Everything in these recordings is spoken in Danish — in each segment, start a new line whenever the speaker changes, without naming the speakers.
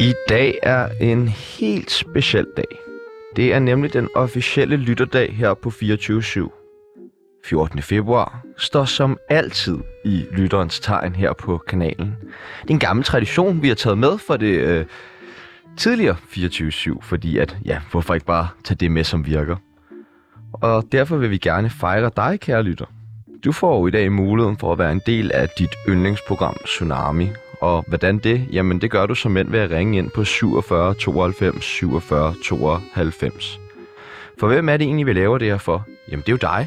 I dag er en helt speciel dag. Det er nemlig den officielle lytterdag her på 24-7. 14. februar står som altid i lytterens tegn her på kanalen. Det er en gammel tradition, vi har taget med for det øh, tidligere 24-7, fordi at, ja, hvorfor ikke bare tage det med, som virker? Og derfor vil vi gerne fejre dig, kære lytter. Du får jo i dag muligheden for at være en del af dit yndlingsprogram Tsunami. Og hvordan det? Jamen det gør du som mænd ved at ringe ind på 47 92 47 92. For hvem er det egentlig, vi laver det her for? Jamen det er jo dig.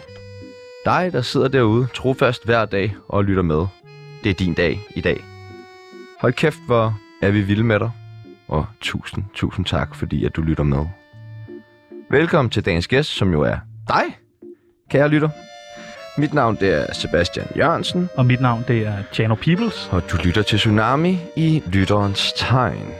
Dig, der sidder derude trofast hver dag og lytter med. Det er din dag i dag. Hold kæft, hvor er vi vilde med dig. Og tusind, tusind tak, fordi at du lytter med. Velkommen til dagens gæst, som jo er dig, kære lytter. Mit navn det er Sebastian Jørgensen,
Og mit navn, det er Chano Peoples.
og du lytter til Tsunami i Lytterens Tegn.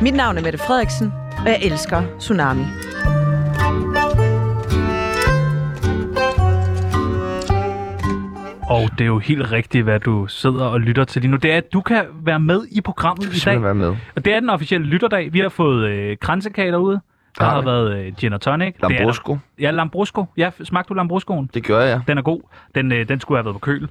Mit navn er Mette Frederiksen, og jeg elsker Tsunami.
Og det er jo helt rigtigt, hvad du sidder og lytter til lige nu. Det er, at du kan være med i programmet i dag.
Simpelthen være med.
Og det er den officielle lytterdag. Vi har fået øh, kransekage derude. Der
Har
har
vi?
været øh, gin og tonic. Det er der.
Lambrusco,
Ja, lambrusco. Ja, f- smagte du lambruscoen?
det gør jeg.
Den er god. Den, øh, den skulle have været på køl.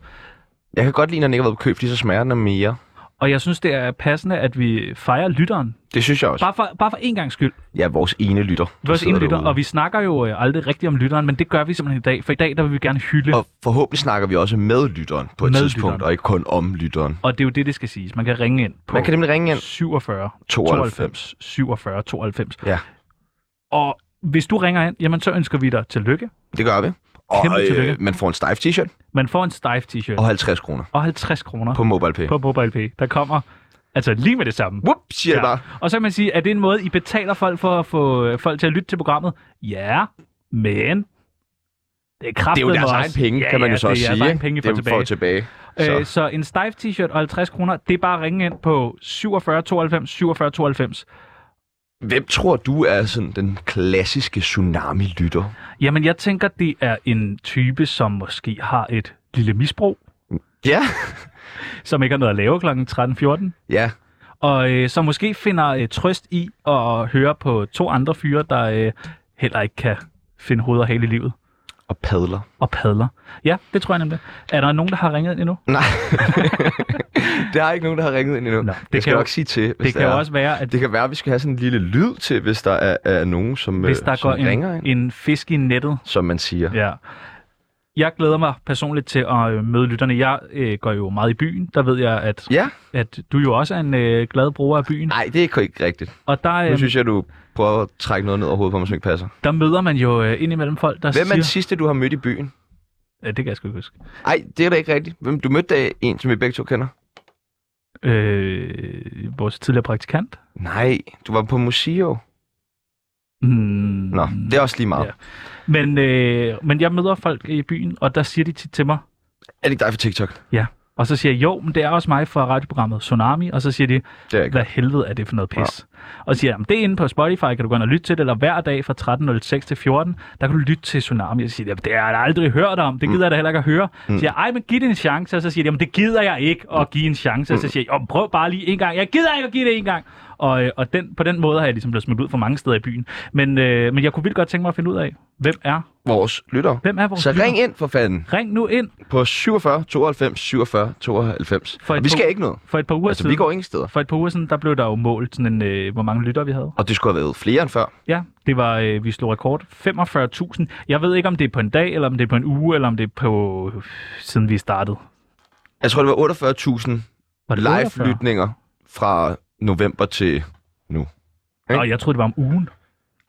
Jeg kan godt lide, når den ikke har været på køb, fordi så smager den af mere.
Og jeg synes, det er passende, at vi fejrer lytteren.
Det synes jeg også.
Bare for, bare for en gang skyld.
Ja, vores ene lytter. der
Vores
sidder
ene lytter,
derude.
og vi snakker jo øh, aldrig rigtigt om lytteren, men det gør vi simpelthen i dag. For i dag, der vil vi gerne hylde.
og forhåbentlig snakker vi også med lytteren på et
Med
tidspunkt,
lytteren.
og ikke kun om lytteren.
Og det er jo det, det skal siges. Man kan ringe ind på
Man kan nemlig ringe ind
47
92.
92 47 92.
Ja.
Og hvis du ringer ind, jamen så ønsker vi dig tillykke.
Det gør vi. Og øh,
Kæmpe tillykke.
man får en stejf t-shirt
Man får en Stife t-shirt
og 50 kroner
og 50 kroner
på MobilePay.
på MobilePay. Der kommer altså lige med det samme.
Whoop, siger jeg bare.
Og så kan man sige, er det en måde, I betaler folk for at få øh, folk til at lytte til programmet? Ja, men det er kraftigt
Det er jo deres egen penge,
ja,
kan man
ja,
jo så
det
også
er
sige.
Deres egen
ikke?
penge, I
det
får
er
tilbage.
Får tilbage. Så.
Øh, så en Stife t-shirt og 50 kroner, det er bare at ringe ind på 47 92 47 92.
Hvem tror du er sådan den klassiske tsunami-lytter?
Jamen, jeg tænker, det er en type, som måske har et lille misbrug,
Ja.
som ikke har noget at lave kl. 13.14,
Ja,
og øh, som måske finder øh, trøst i at høre på to andre fyre, der øh, heller ikke kan finde hoved og hale i livet
og padler.
og padler. Ja, det tror jeg nemlig. Er der nogen, der har ringet ind endnu?
Nej, der er ikke nogen, der har ringet ind endnu.
Nå,
Nå,
det
det
kan
jeg skal
jo-
nok sige til, hvis
det kan
der
jo
er.
også være, at
Det kan være, at vi skal have sådan en lille lyd til, hvis der er, er nogen, som,
hvis
øh,
der
som
går
ringer
en,
ind,
en fisk i nettet,
som man siger.
Ja. Jeg glæder mig personligt til at øh, møde lytterne. Jeg øh, går jo meget i byen. Der ved jeg, at,
Ja,
at du jo også er en øh, glad bruger af byen.
nej, det er ikke rigtigt.
Og der,
Nu
øh,
synes jeg, du prøver at trække noget ned over hovedet på mig, som ikke passer.
der møder man jo øh, indimellem folk, der
Hvem er
siger...
den sidste, du har mødt i byen?
Ja, det kan jeg sgu ikke huske.
Nej, det er da ikke rigtigt. Hvem, du mødte da en, som vi begge to kender?
Øh, vores tidligere praktikant.
Nej, du var på Museo.
Mm,
Nå, det er også lige meget.
Ja. men, øh, men jeg møder folk i byen, og der siger de tit til mig...
Er det ikke dig for TikTok?
Og så siger jeg, jo, men det er også mig fra radioprogrammet Tsunami. Og så siger de,
Det er ikke.
hvad helvede er det for noget pis? Ja. Og siger, jamen, det er inde på Spotify, kan du gå ind og lytte til det, eller hver dag fra 13.06 til 14, der kan du lytte til Tsunami. Og så siger de, jamen, det har jeg da aldrig hørt om,
Mm.
det gider jeg da heller ikke at høre. Så siger jeg, ej, men giv det en chance. Og så siger de, jamen, det gider jeg ikke at give en chance. Og
Mm.
så siger jeg, "Jo, prøv bare lige en gang. Jeg gider ikke at give det en gang. Og, øh, og den, på den måde har jeg ligesom blevet smidt ud fra mange steder i byen. Men, øh, men jeg kunne vildt godt tænke mig at finde ud af, hvem er,
Vores lytter.
hvem er vores
Så
lytter?
ring ind for fanden
ring nu ind
på 47 92 47 92.
For
For
et
vi
to-
skal ikke noget.
for et par uger
Altså,
siden.
vi går ingen steder.
For et par uger siden, der blev der jo målt, sådan en, øh, hvor mange lytter vi havde.
Og det skulle have været flere end før.
Ja, det var, øh, vi slog rekord. 45.000. Jeg ved ikke, om det er på en dag, eller om det er på en uge, eller om det er på... øh, siden vi startede.
Jeg tror, det var 48.000
Var det 48?
live-lytninger fra november til... ikke?
Nå, jeg troede, det var om ugen.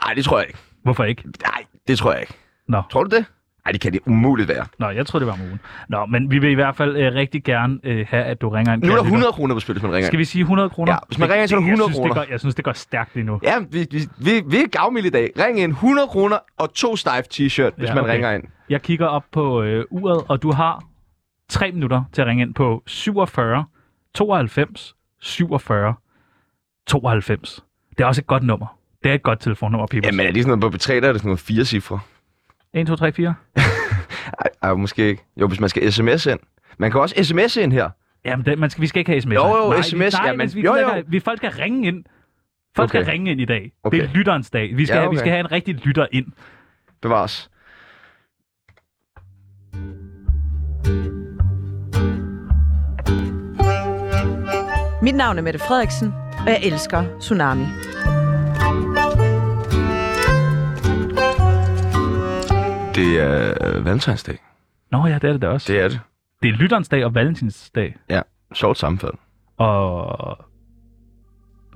Nej, det tror jeg ikke.
Hvorfor ikke?
Nej, det tror jeg ikke.
Nå.
Tror du det? Nej, det kan det umuligt være.
Nå, jeg troede, det var om ugen. Nå, men vi vil i hvert fald øh, rigtig gerne øh, have, at du ringer ind.
Nu er der 100 kroner på spil, hvis man ringer.
Skal vi sige 100 kroner?
Ja, hvis man ringer ind, så er der
Det- det-
100
jeg synes,
kroner.
Det går, jeg synes, det går stærkt lige nu.
Ja, vi, vi, vi, vi er gavmilde i dag. Ring ind 100 kroner og to stejf t-shirt, hvis
Ja,
ja, man
okay.
ringer ind.
Jeg kigger op på øh, uret, og du har 3 minutter til at ringe ind på 47 92 47 92. Det er også et godt nummer. Det er et godt telefonnummer, Pibus.
Jamen, er det sådan noget på P3, der er det sådan noget fire cifre?
1, 2, 3, 4.
Ej, ej, måske ikke. Jo, hvis man skal sms ind. Man kan også sms ind her.
Jamen, det, man skal, vi skal ikke have sms'er.
Jo, jo,
nej,
sms,
Vi, nej,
jamen,
men vi,
jo, jo.
Skal, vi, folk skal ringe ind. Folk okay.
Okay.
skal ringe ind i dag. Okay. Det
Okay.
er lytterens dag. Vi skal,
Ja,
ja, okay. vi
okay.
skal have en rigtig lytter ind.
Bevares.
Mit navn er Mette Frederiksen, og jeg elsker Tsunami.
Det er øh, valentinsdag.
Nå ja, det er det da også. Det,
Det er det.
det er lytterens dag og valentinsdag.
Sjovt sammenfald.
Og...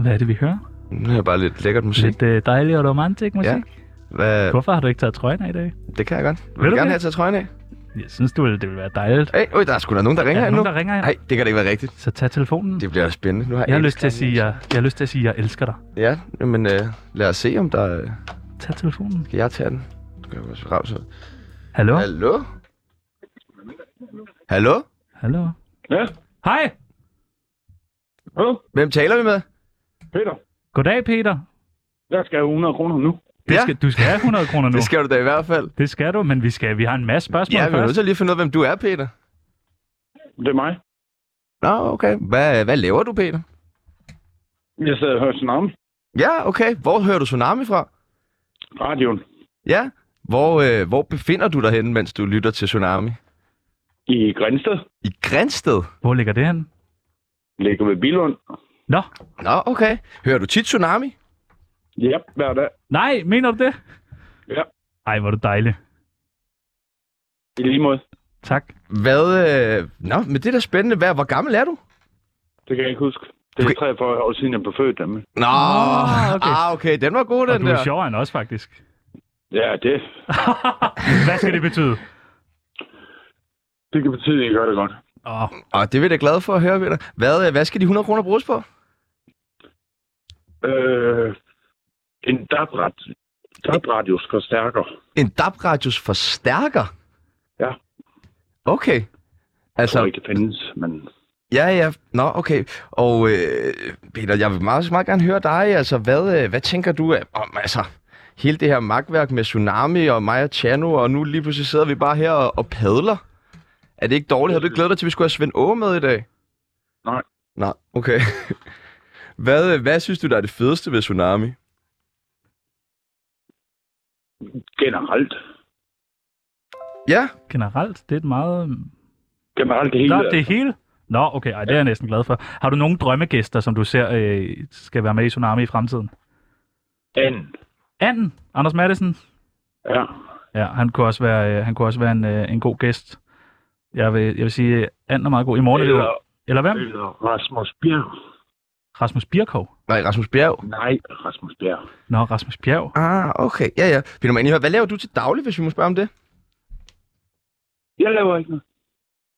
Hvad er det, vi hører?
Nu er bare lidt lækkert musik.
Lidt øh, dejlig og romantik musik.
Ja. Hvad,
Hvorfor har du ikke taget trøjen af i dag?
det kan jeg godt. Vil,
Mm. Vil
vil
du
du gerne
det?
have taget trøjen af?
Jeg synes, du, ville- det ville være dejligt.
Hey, øj, der er sgu da nogen, der ringer
er der
endnu.
nogen, der ringer ind?
Nej, det kan da ikke være rigtigt.
Så tag telefonen.
Det bliver spændende. Nu har
Jeg har,
ikke
lyst til at
skrevet
sige, jeg, jeg har lyst til at sige, jeg elsker dig.
noget. Ja, men øh, lad os se, om der... Øh,
Tag telefonen.
kan jeg tage den? Nu kan jeg også ramme så.
Hallo?
Hallo? Hallo?
Hallo?
Ja,
Hej!
hallo,
Hvem taler vi med?
Peter.
Goddag, Peter.
Jeg skal have 100 kroner nu.
Det
Ja.
skal, du skal have 100 kroner nu.
Det skal du da i hvert fald.
det skal du, men vi, skal, vi har en masse spørgsmål
Ja, vi er nødt
først.
til lige at finde ud af, hvem du er, Peter.
Det er mig.
Nå, okay. Hvad, hvad laver du, Peter?
Jeg sad og hørte tsunami.
Ja, okay. Hvor hører du Tsunami fra?
Radioen
Ja. Hvor, øh, hvor befinder du dig henne, mens du lytter til Tsunami?
i Grænsted
I Grænsted?
Hvor ligger det hen?
ligger ved Bilund.
Nå,
Nå, okay. Hører du tit Tsunami?
Ja, hver dag.
nej, mener du det?
Ja,
Ej, hvor er du dejlig.
i lige måde.
Tak.
Hvad, øh... Nå, men det er da spændende. Hvad, hvor gammel er du?
Det kan jeg ikke huske. Det er
Okay.
43 år siden, jeg blev født. Jamen.
Nå,
okay.
Ah, okay. Den var god,
Og
den
du er
der.
sjovere end os, faktisk.
Ja, det,
Hvad skal det betyde?
det kan betyde, at I gør det godt.
Åh,
Og Ah, det er vi da glade for at høre, Peter. Hvad, øh, hvad skal de 100 kroner bruges på?
Øh, en DAB-ret. DAB-radios forstærker.
En DAB-radios forstærker?
Ja.
Okay.
Jeg tror
Altså,
ikke, det findes, men
ja, ja. Nå, okay. Og øh, Peter, jeg vil meget, meget gerne høre dig. Altså, hvad, øh, hvad tænker du øh, om, altså, hele det her magtværk med Tsunami og Maja Chano, og nu lige pludselig sidder vi bare her og, og padler. Er det ikke dårligt? Har du ikke glædet dig til, at vi skulle have Svend Åge med i dag?
Nej.
Nej, okay. hvad, øh, hvad synes du, der er det fedeste ved Tsunami?
generelt.
Ja,
generelt, det er et meget...
Generelt det hele. altså.
Nå, det hele? Nå, okay, ej, det er jeg næsten glad for. Har du nogle drømmegæster, som du ser øh, skal være med i Tsunami i fremtiden?
Anden.
Anden, Anders Madsen.
Ja.
Ja, han kunne også være, øh, han kunne også være en, øh, en god gæst. Jeg vil, jeg vil sige, øh, Anden er meget god. I morgen er det jo...
Eller,
Eller hvem?
eller Rasmus Bjerg.
Rasmus Birkov.
nej, Rasmus Bjerg.
Nej, Rasmus Bjerg.
Nå, Rasmus Bjerg.
Ah, okay. Ja, ja. Peter Mann, hvad laver du til daglig, hvis vi må spørge om det?
Jeg laver ikke noget.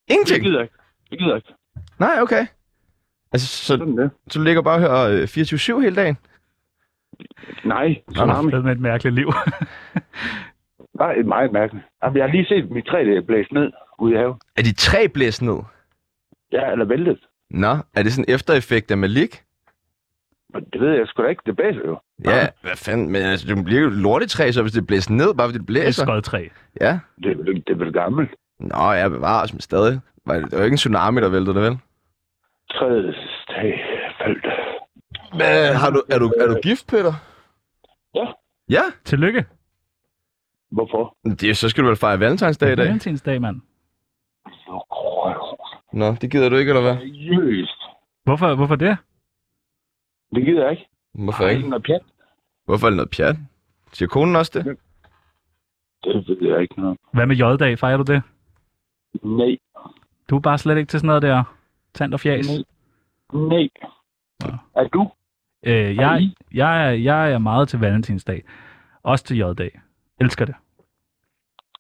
Jeg
Ingenting?
gider ikke. Jeg gider ikke.
Nej, okay. Altså, så,
Sådan det.
så du ligger bare her øh, 24-7 hele dagen?
Nej,
Tsunami.
tsunami.
Det med et mærkeligt liv.
Nej, det er meget mærkeligt. Jamen, jeg har lige set mit træ, der er blæst ned ude i haven.
Er de tre blæst ned?
Ja, eller væltet.
Nå, er det sådan en eftereffekt af Malik?
Men det ved jeg sgu da ikke. Det blæser jo.
Ja, hvad fanden, men altså, det bliver jo et lortetræ, så hvis det blæser ned, bare fordi det
Et
blæser.
skødt træ.
Ja.
Det er vel, det er vel gammelt.
Nå, ja, bevares, men stadig. Var det, det var ikke en tsunami, der væltede det, vel?
Træet tag faldt.
Men, har du, er, du, er du gift, Peter?
Ja.
Ja?
Tillykke.
Hvorfor?
Det, så skal du vel fejre valentinsdag i dag?
Valentinsdag, mand.
Så grøn.
Nå, det gider du ikke, eller hvad?
Seriøst.
Hvorfor, hvorfor det?
Det gider jeg ikke.
Hvorfor
Ej,
ikke?
noget pjat.
Hvorfor er det noget pjat? Siger konen også det?
Det ved jeg ikke noget.
Hvad med J-dag? Fejrer du det?
Nej.
Du er bare slet ikke til sådan noget der tand og fjas.
Nej. Nej. Er du?
Øh,
Og
jeg,
I?
jeg, er, jeg er meget til valentinsdag. Også til J-dag. Elsker det.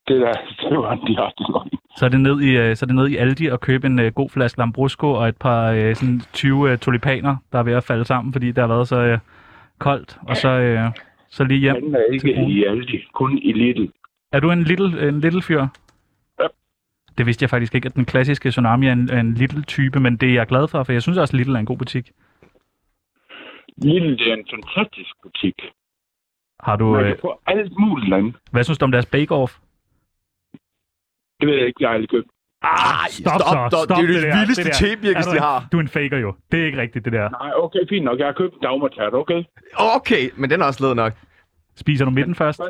Det der, det var en direkte løgn.
Så er det ned i, øh, så er det ned i Aldi og købe en øh, god flaske Lambrusco og et par øh, sådan 20 øh, tulipaner, der er ved at falde sammen, fordi der har været så øh, koldt. Og så, øh, så lige hjem.
Han er ikke
til konen.
i Aldi, kun i Lidl.
Er du en little, en little fyr?
Ja.
Det vidste jeg faktisk ikke, at den klassiske Tsunami er en, er en lille type, men det er jeg glad for, for jeg synes også, at Lidl er en god butik.
Lille, det er en fantastisk butik.
Har du,
Man
øh,
kan få alt muligt andet.
hvad synes du om deres bake-off?
Det ved jeg ikke, jeg har aldrig købt.
Ah,
stop, stop. Det er jo det
der,
vildeste
der.
tebirkes,
Er du
de
en-
har.
Du er en faker jo. Det er ikke rigtigt, det der.
Nej, okay, fint nok. Jeg har købt en dagmatert, okay?
Okay, men den er også led nok.
Spiser du midten først?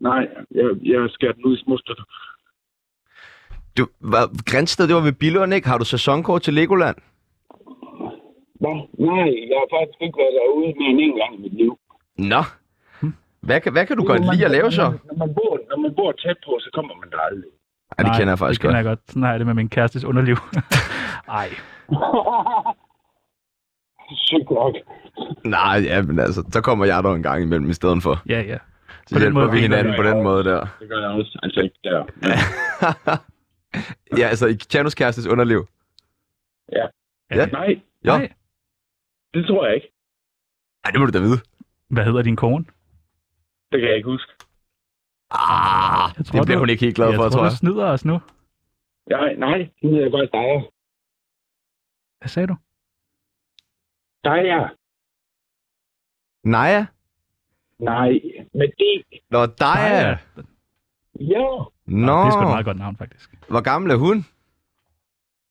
Nej, jeg, jeg skærer den ud i små stykker.
Du, var, Grænsted, det var ved Billund, ikke? Har du sæsonkort til Legoland?
Hvad? Nej, jeg har faktisk ikke været derude mere end en gang i mit liv.
Nå.
Hm.
Hvad kan, hvad kan du godt
Når man-
lide at lave så?
Når man, når, man bor, når man bor tæt på, så kommer man der aldrig.
Ja, det
Nej,
kender jeg faktisk
det
godt.
kender jeg godt. Sådan har jeg det med min kærestes underliv. Ej,
Sygt nok.
Nej, ja, men altså, så kommer jeg der en gang imellem i stedet for.
ja, ja.
Så hjælper vi
deler
hinanden på den måde der.
Det gør jeg også. Altså ikke der. Men,
ja, altså i Chanos kærestes underliv. Ja.
nej,
Jo,
Nej.
det tror jeg ikke.
Ej, det må du da vide.
Hvad hedder din kone?
Det kan jeg ikke huske.
Ah,
Jeg tror,
det bliver
du-
hun ikke helt glad for,
jeg
tror
tror,
jeg.
du snyder os nu.
Nej, nej, nu hedder jeg faktisk Daja.
Hvad sagde du?
Daja.
Naja?
Nej, med det.
Nå, Daja.
Ja.
Nå,
Det er sgu et meget godt navn, faktisk.
hvor gammel er hun?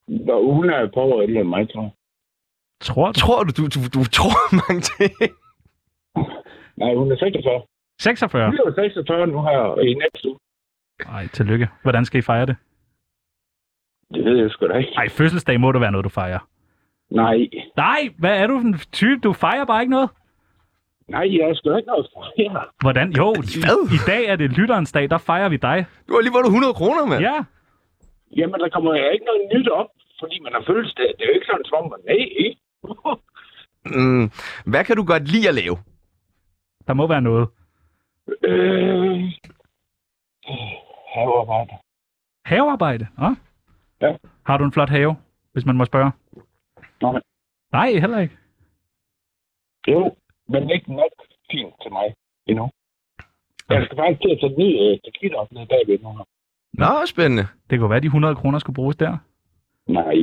Nå, hun er et par år ældre end mig, tror jeg.
Tror du?
Tror du, du, du, du tror mange ting?
Nej, hun er 46.
46?
Hun bliver 46 nu her i næste uge.
Ej, tillykke. Hvordan skal I fejre det?
Det ved jeg sgu da ikke.
Ej, fødselsdag må du være noget, du fejrer.
Nej.
Nej, hvad er du for en type? Du fejrer bare ikke noget.
Nej, jeg har sgu da ikke noget fra her.
Hvordan? Jo, i,
Hvad?
i dag er det lytterens dag, der fejrer vi dig.
Du har lige vundet 100 kroner, mand.
Ja,
Jamen, der kommer jo ikke noget nyt op, fordi man har fødselsdag. Det er jo ikke sådan, som om man er ikke?
Mm, hvad kan du godt lide at lave?
der må være noget.
øh... Havearbejde.
Havearbejde? Nå?
Ja.
Har du en flot have, hvis man må spørge?
Nej.
Nej, heller ikke.
Jo, men ikke nok fint til mig endnu. Jeg skal faktisk til at tage ny øh, tequila op nede bagved nu. her.
Nå, spændende.
Det kunne være, at de 100 kroner skulle bruges der.
Nej.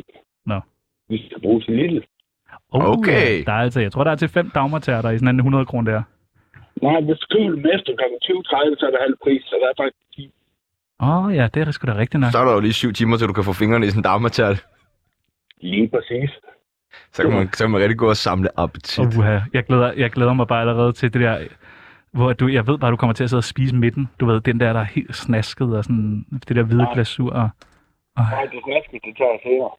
Nå.
Vi skal bruge til lille.
Oh,
Okay.
Der er altså, jeg tror, der er til fem dagmartærter i sådan en 100 kroner der.
Nej, hvis du køber dem efter kl. 20.30, så er det halv pris, så der er faktisk 10.
Åh oh, ja, det er sgu da rigtigt nok.
Så er der jo lige syv timer, til du kan få fingrene i sådan en dammetært.
Lige præcis.
Så kan man, så kan man rigtig gå og samle appetit.
Åh, Uha, jeg glæder, jeg glæder mig bare allerede til det der, hvor du, jeg ved bare, du kommer til at sidde og spise midten. Du ved, den der, der er helt snasket og sådan, det der hvide glasur. Og,
Nej, det er smaskigt, det tager jeg senere.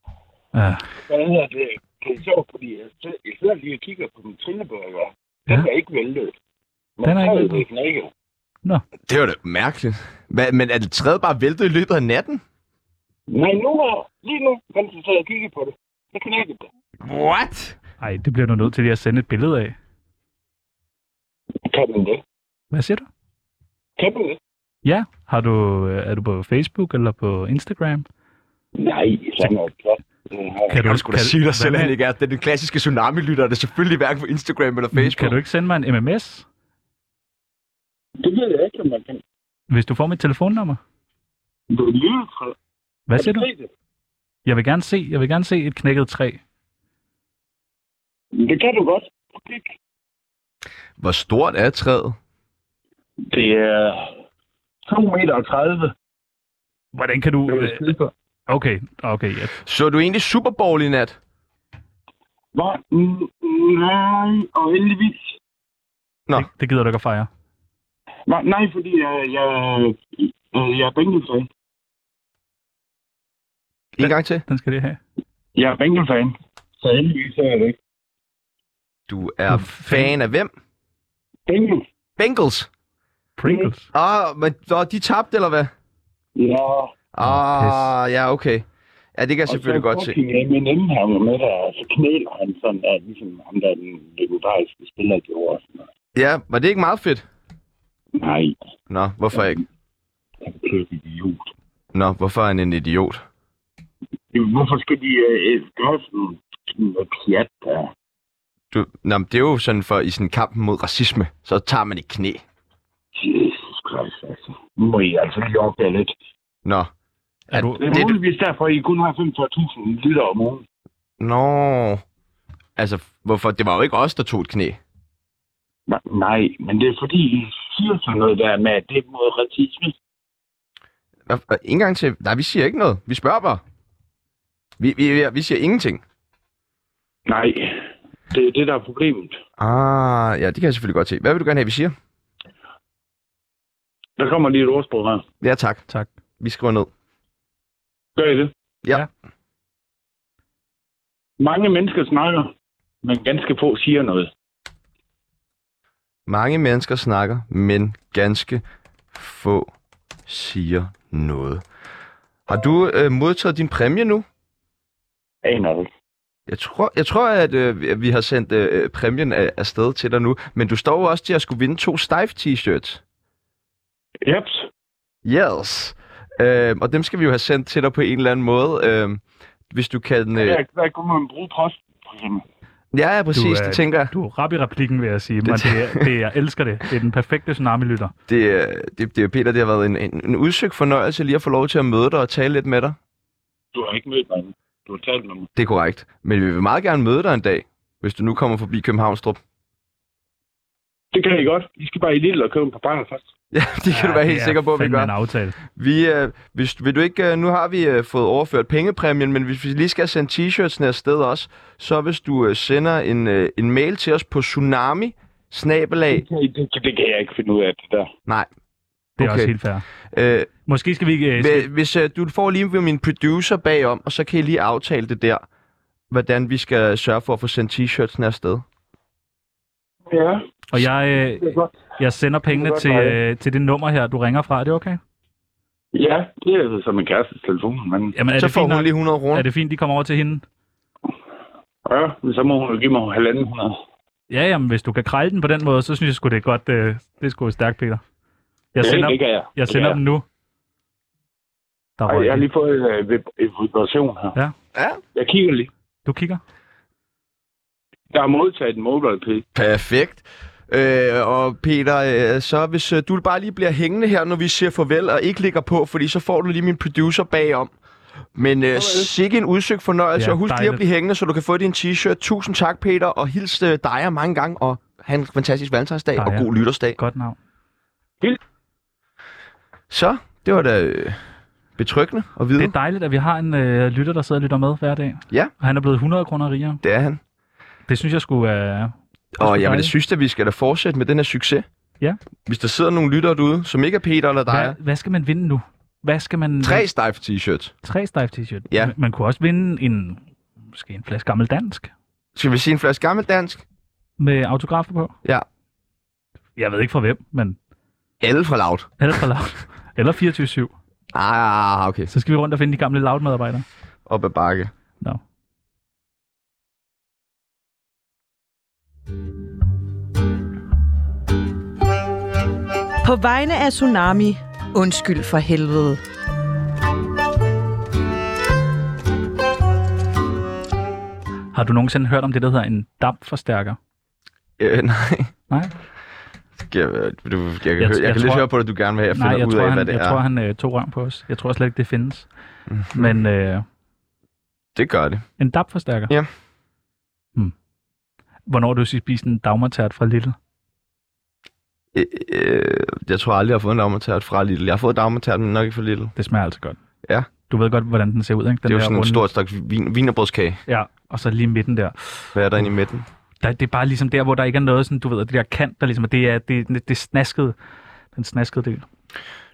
ja.
Hvad hedder det? Det er sjovt, fordi jeg sidder- jeg sidder lige og kigger på min trillebørger. Den
Ja.
er ikke væltet. Men
Den er ikke
træet,
væltet.
det knækker.
Det var da mærkeligt. Hvad, men er det træet bare væltet i løbet af natten?
Nej, nu her, lige nu, mens jeg sidder og kigger på det, så knækker det.
What?
Ej, det bliver du nødt til lige at sende et billede af.
Kan den det?
Hvad siger du?
Kan den det?
Ja, har du, øh, er du på Facebook eller på Instagram?
Nej, sådan er det. godt. Den her-
Kan du, kan, da
kan-
sige dig selv,
hvad
at
med-
han ikke er. Det er den klassiske tsunami-lytter, der er selvfølgelig hverken på Instagram eller Facebook.
Kan du ikke sende mig en MMS,
Det ved jeg ikke, om man kan.
hvis du får mit telefonnummer?
Det er et lille træ.
Hvad
Kan
siger du?
se det?
Jeg vil gerne se, jeg vil gerne se et knækket træ.
Det kan du godt. Kig.
Hvor stort er træet?
Det er 2,30 meter.
Hvordan kan du... øh, Okay, okay. Ja.
Så du egentlig Super Bowl i nat?
Hvor? Mm, Nej, og heldigvis.
Nå.
Det, det gider du ikke at fejre.
Nej, nej fordi jeg, jeg, øh, jeg er Bengel-fan.
En gang til.
Den skal det have.
Jeg er Bengel-fan. Så heldigvis er jeg det ikke.
Du er
Du fan
fan af hvem?
Bengel?
Bengals.
Pringles.
Ah, men så de tabte, eller hvad?
Ja.
Ah, ja, okay. Ja, det kan jeg selvfølgelig godt se.
Min M han var med der, og så knæler han sådan der, ligesom ham der, den legendariske spiller gjorde. Sådan der.
Ja, var det ikke meget fedt?
Nej,
Nå, hvorfor ikke?
han er kæft idiot.
Nå, hvorfor er han en idiot?
Hvorfor skal de øh, gøre sådan noget pjat der?
Du, nå, men det er jo sådan for i sådan kampen mod racisme, så tager man et knæ.
Jesus Christ, altså. Nu må I altså lige opdage lidt.
Nå,
Er du,
Det er muligvis derfor, I kun har 45.000 liter om ugen.
Nå. Altså, hvorfor? Det var jo ikke os, der tog et knæ.
Ne- Nej, men det er fordi, I siger sådan noget der med, at det er mod racisme.
Hvad- hvad- En gang til. Nej, vi siger ikke noget. Vi spørger bare. Vi, vi, vi- vi siger ingenting.
Nej, det er det, der er problemet.
Ah, ja, det kan jeg selvfølgelig godt se. Hvad vil du gerne have, vi siger?
Der kommer lige et ordsprog her.
Ja, tak.
Tak.
Vi skriver ned.
Gør I det?
Ja.
Ja.
Mange mennesker snakker, men ganske få siger noget.
Mange mennesker snakker, men ganske få siger noget. Har du øh, modtaget din præmie nu?
Aner det.
Jeg tror, jeg tror at øh, vi- vi har sendt øh, præmien af- afsted til dig nu, men du står jo også til at skulle vinde to Steiff t-shirts.
Jeps.
Yes. Øh, og dem skal vi jo have sendt til dig på en eller anden måde. Øh, hvis du kan... Øh,
Der, der kunne man bruge post. for eksempel.
ja, ja, præcis,
Du er-
det tænker jeg.
Du er rap i replikken, vil jeg sige, men det, er- det, er- jeg elsker det. Det er den perfekte tsunami-lytter.
Det, øh, det, det, Peter, det har været en, en, en udsøgt fornøjelse lige at få lov til at møde dig og tale lidt med dig.
Du har ikke mødt mig. endnu. Du har talt med mig.
Det er korrekt. Men vi vil meget gerne møde dig en dag, hvis du nu kommer forbi Københavnstrup.
Det kan I godt. I skal bare i Lidl og købe en par bajer først.
Ja, det kan ja, du være helt sikker på, at vi gør.
en aftale.
Vi, øh, hvis, vil du ikke, øh, nu har vi øh, fået overført pengepræmien, men hvis vi lige skal sende t-shirtsene afsted også, så hvis du øh, sender en, øh, en mail til os på tsunami snabelag.
Det kan, I- det, det kan jeg ikke finde ud af, det der.
Nej.
Det er
Okay.
okay. også helt fair.
Øh,
Måske skal vi ikke... Øh, skal...
hvi- hvis øh, du får lige min producer bagom, og så kan I lige aftale det der, hvordan vi skal sørge for at få sendt t-shirtsene afsted.
Ja,
Og jeg, øh,
det er godt.
jeg sender pengene
Det er
til,
godt,
øh, til det nummer her, du ringer fra. Er det okay?
Ja, det er altså som en kærestes telefon, men
Jamen, er,
Så
det fint,
får hun
nok,
lige 100 kroner.
er det fint, de kommer over til hende?
ja, men så må hun jo give mig halvanden hundrede.
Ja, jamen, hvis du kan krejle den på den måde, så synes jeg sgu, det er godt. Øh, det er sgu stærkt, Peter. Jeg
Ja,
sender,
det kan jeg.
jeg sender
ja.
dem nu. Der
Ej,
røg
jeg har
de.
lige fået øh, vib- en vibration her.
Ja.
Ja.
Jeg kigger lige.
Du kigger?
Der er modtaget en mobile pay.
Perfekt. Øh, og Peter, øh, så hvis øh, du bare lige bliver hængende her, når vi siger farvel og ikke ligger på, fordi så får du lige min producer bagom. Men øh, sikke en udsøgt fornøjelse,
Ja,
ja, og husk lige at
dejligt.
blive hængende, så du kan få din t-shirt. Tusind tak, Peter, og hils øh, dig mange gange, og have en fantastisk valentinsdag, og
Dig, ja.
god lyttersdag.
Godt navn.
Så, det var da øh, betryggende at vide.
Det er dejligt, at vi har en øh, lytter, der sidder og lytter med hver dag.
Ja.
Og han er blevet 100 kroner rigere.
det er han.
Det synes jeg skulle... Øh,
Og jamen, jeg
dejligt.
synes, at vi skal da fortsætte med den her succes.
Ja.
Hvis der sidder nogle lyttere derude, som ikke er Peter eller dig,
hvad, hvad skal man vinde nu? Hvad skal man...
tre Steiff t-shirts.
Tre Steiff t-shirt.
Ja.
Man- Man kunne også vinde en... Måske en flaske gammel dansk
Skal vi sige en flaske gammeldansk?
med autografer på.
Ja.
Jeg ved ikke fra hvem, men
Alle fra Loud.
eller fra Loud. eller 24-7.
Ah, okay.
Så skal vi rundt og finde de gamle Loud-medarbejdere.
Op ad bakke.
Nå. No.
På vegne af Tsunami, undskyld for helvede.
Har du nogensinde hørt om det, der hedder en dampforstærker?
Øh, nej.
Nej,
Skal jeg, du, jeg, kan,
Jeg-
høre, jeg,
jeg
kan lidt
tror-
høre på det, du gerne vil have. Jeg
Nej
finder
jeg,
ud
tror,
af,
han,
hvad det
jeg
er. Mhm.
tror, han øh, tog røven på os. Jeg tror slet ikke, det findes. Men øh,
Det gør det.
en dampforstærker?
Ja.
Hmm. Hvornår har du sidst spist en dagmartært fra Little?
Øh, øh, jeg tror aldrig, jeg har fået en dagmatært fra Lille. Jeg har fået dagmatært, men nok ikke fra Lille.
Det smager altså godt.
Ja.
Du ved godt, hvordan den ser ud, ikke? Den
Det er jo
der
sådan en
runde-
stor slags vin, vinerbrødskage.
Ja, og så lige midten der.
Hvad er der inde i midten?
der. Det er bare ligesom der, hvor der ikke er noget sådan, du ved, det der kant, der ligesom, er- det er det, det, det snaskede, den snaskede del.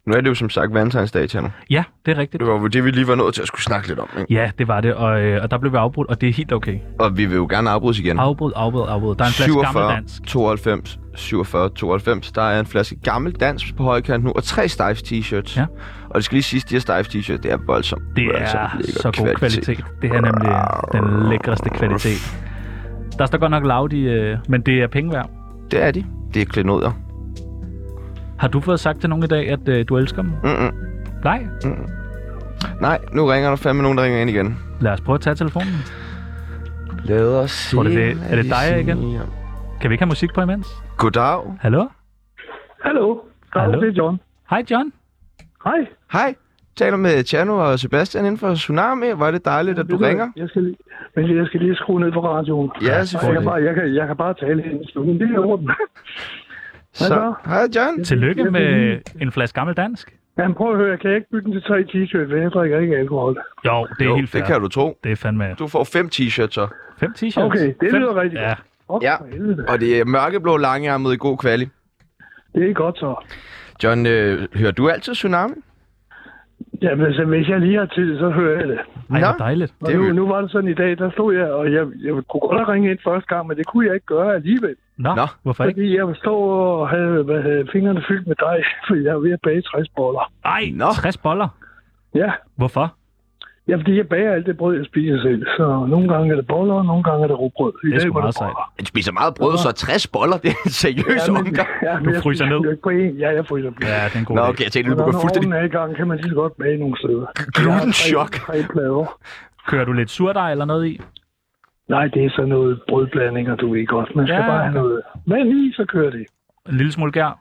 Nu er det jo som sagt Valentinsdag til nu.
Ja, det er rigtigt.
Det var jo det, vi lige var nået til at skulle snakke lidt om. Ikke?
Ja, det var det, og, øh, og der blev vi afbrudt, og det er helt okay.
Og vi vil jo gerne afbrydes igen.
Afbrud, afbrud, afbrud. Der er en flaske gammel dansk.
92, 47, 92. Der er en flaske gammel dansk på højkant nu, og tre Steiff t-shirts.
Ja.
Og det skal lige siges, de her Steiff t-shirts, det er altså voldsomt.
Det
voldsomt
er
lækker
så god kvalitet. Det her er nemlig den lækreste kvalitet. Der står godt nok loud i, øh, men det er penge værd.
Det er de. Det er klenodier.
Har du fået sagt til nogen i dag, at øh, du elsker dem?
Mm-mm.
Nej.
Nej, nu ringer der fandme nogen, der ringer ind igen.
Lad os prøve at tage telefonen.
Lad os se,
Tror du, det- er det dig igen?
Siger.
Kan vi ikke have musik på imens?
Goddag.
Hallo?
Hallo. Hallo.
Hallo.
Det er John.
Hej John.
Hej.
Hej. taler med Tjerno og Sebastian inden for Tsunami. Var det dejligt, at du
Ved
ringer?
hvad? Jeg skal lige, men jeg skal lige skrue ned for radioen.
Ja,
Og Jeg kan,
selvfølgelig.
bare, jeg, kan, jeg kan bare tale hele stunden. Det er orden.
Så, hej John.
Tillykke med en flaske gammel dansk.
Jamen prøv at høre, kan jeg ikke bytte den til tre t-shirt, for jeg drikker ikke alkohol.
Jo, det er
Jo,
helt fair.
det kan du tro.
Det er fandme
Du får fem t-shirts så.
fem t-shirts.
Okay, det
fem...
lyder rigtig
Ja.
godt. Op
Ja.
for helvede.
Og det er mørkeblå langærmet i god kvali.
Det er godt så.
John, øh, hører du altid Tsunami?
Jamen, så hvis jeg lige har tid, så hører jeg det.
Ej,
Nå.
hvor dejligt.
Og
Det er
nu,
jo-
nu var det sådan i dag, der stod jeg, og jeg, jeg kunne godt have ringet ind første gang, men det kunne jeg ikke gøre alligevel.
Nå,
Nå.
hvorfor ikke?
Fordi jeg stod og havde, hvad, havde fingrene fyldt med dej, fordi jeg er ved at bage 60 boller.
Ej,
Nå.
60 boller.
Ja,
Hvorfor?
ja, fordi jeg bager alt det brød, jeg spiser selv. Så nogle gange er det boller, og nogle gange er det råbrød. I
Det er sgu
var
meget
boller.
sejt.
Han spiser meget brød, så 60 boller. Det er en seriøs
Ja, men,
omgang.
ja, men
Du
jeg
fryser
spiser
ned.
jo ikke på én. Ja, jeg fryser på
Ja, det er en god
Nå,
idé.
okay, jeg tænkte,
Når
du går fuldstændig
ovnen er i gang, kan man lige så godt bage nogle steder.
glutenschok.
Jeg har tre, tre plader.
Kører du lidt surdej eller noget i?
Nej, det er sådan noget brødblandinger, du ved godt. Man skal
Ja,
ja, bare have
okay.
noget. Vand i, så kører det.
En lille smule gær?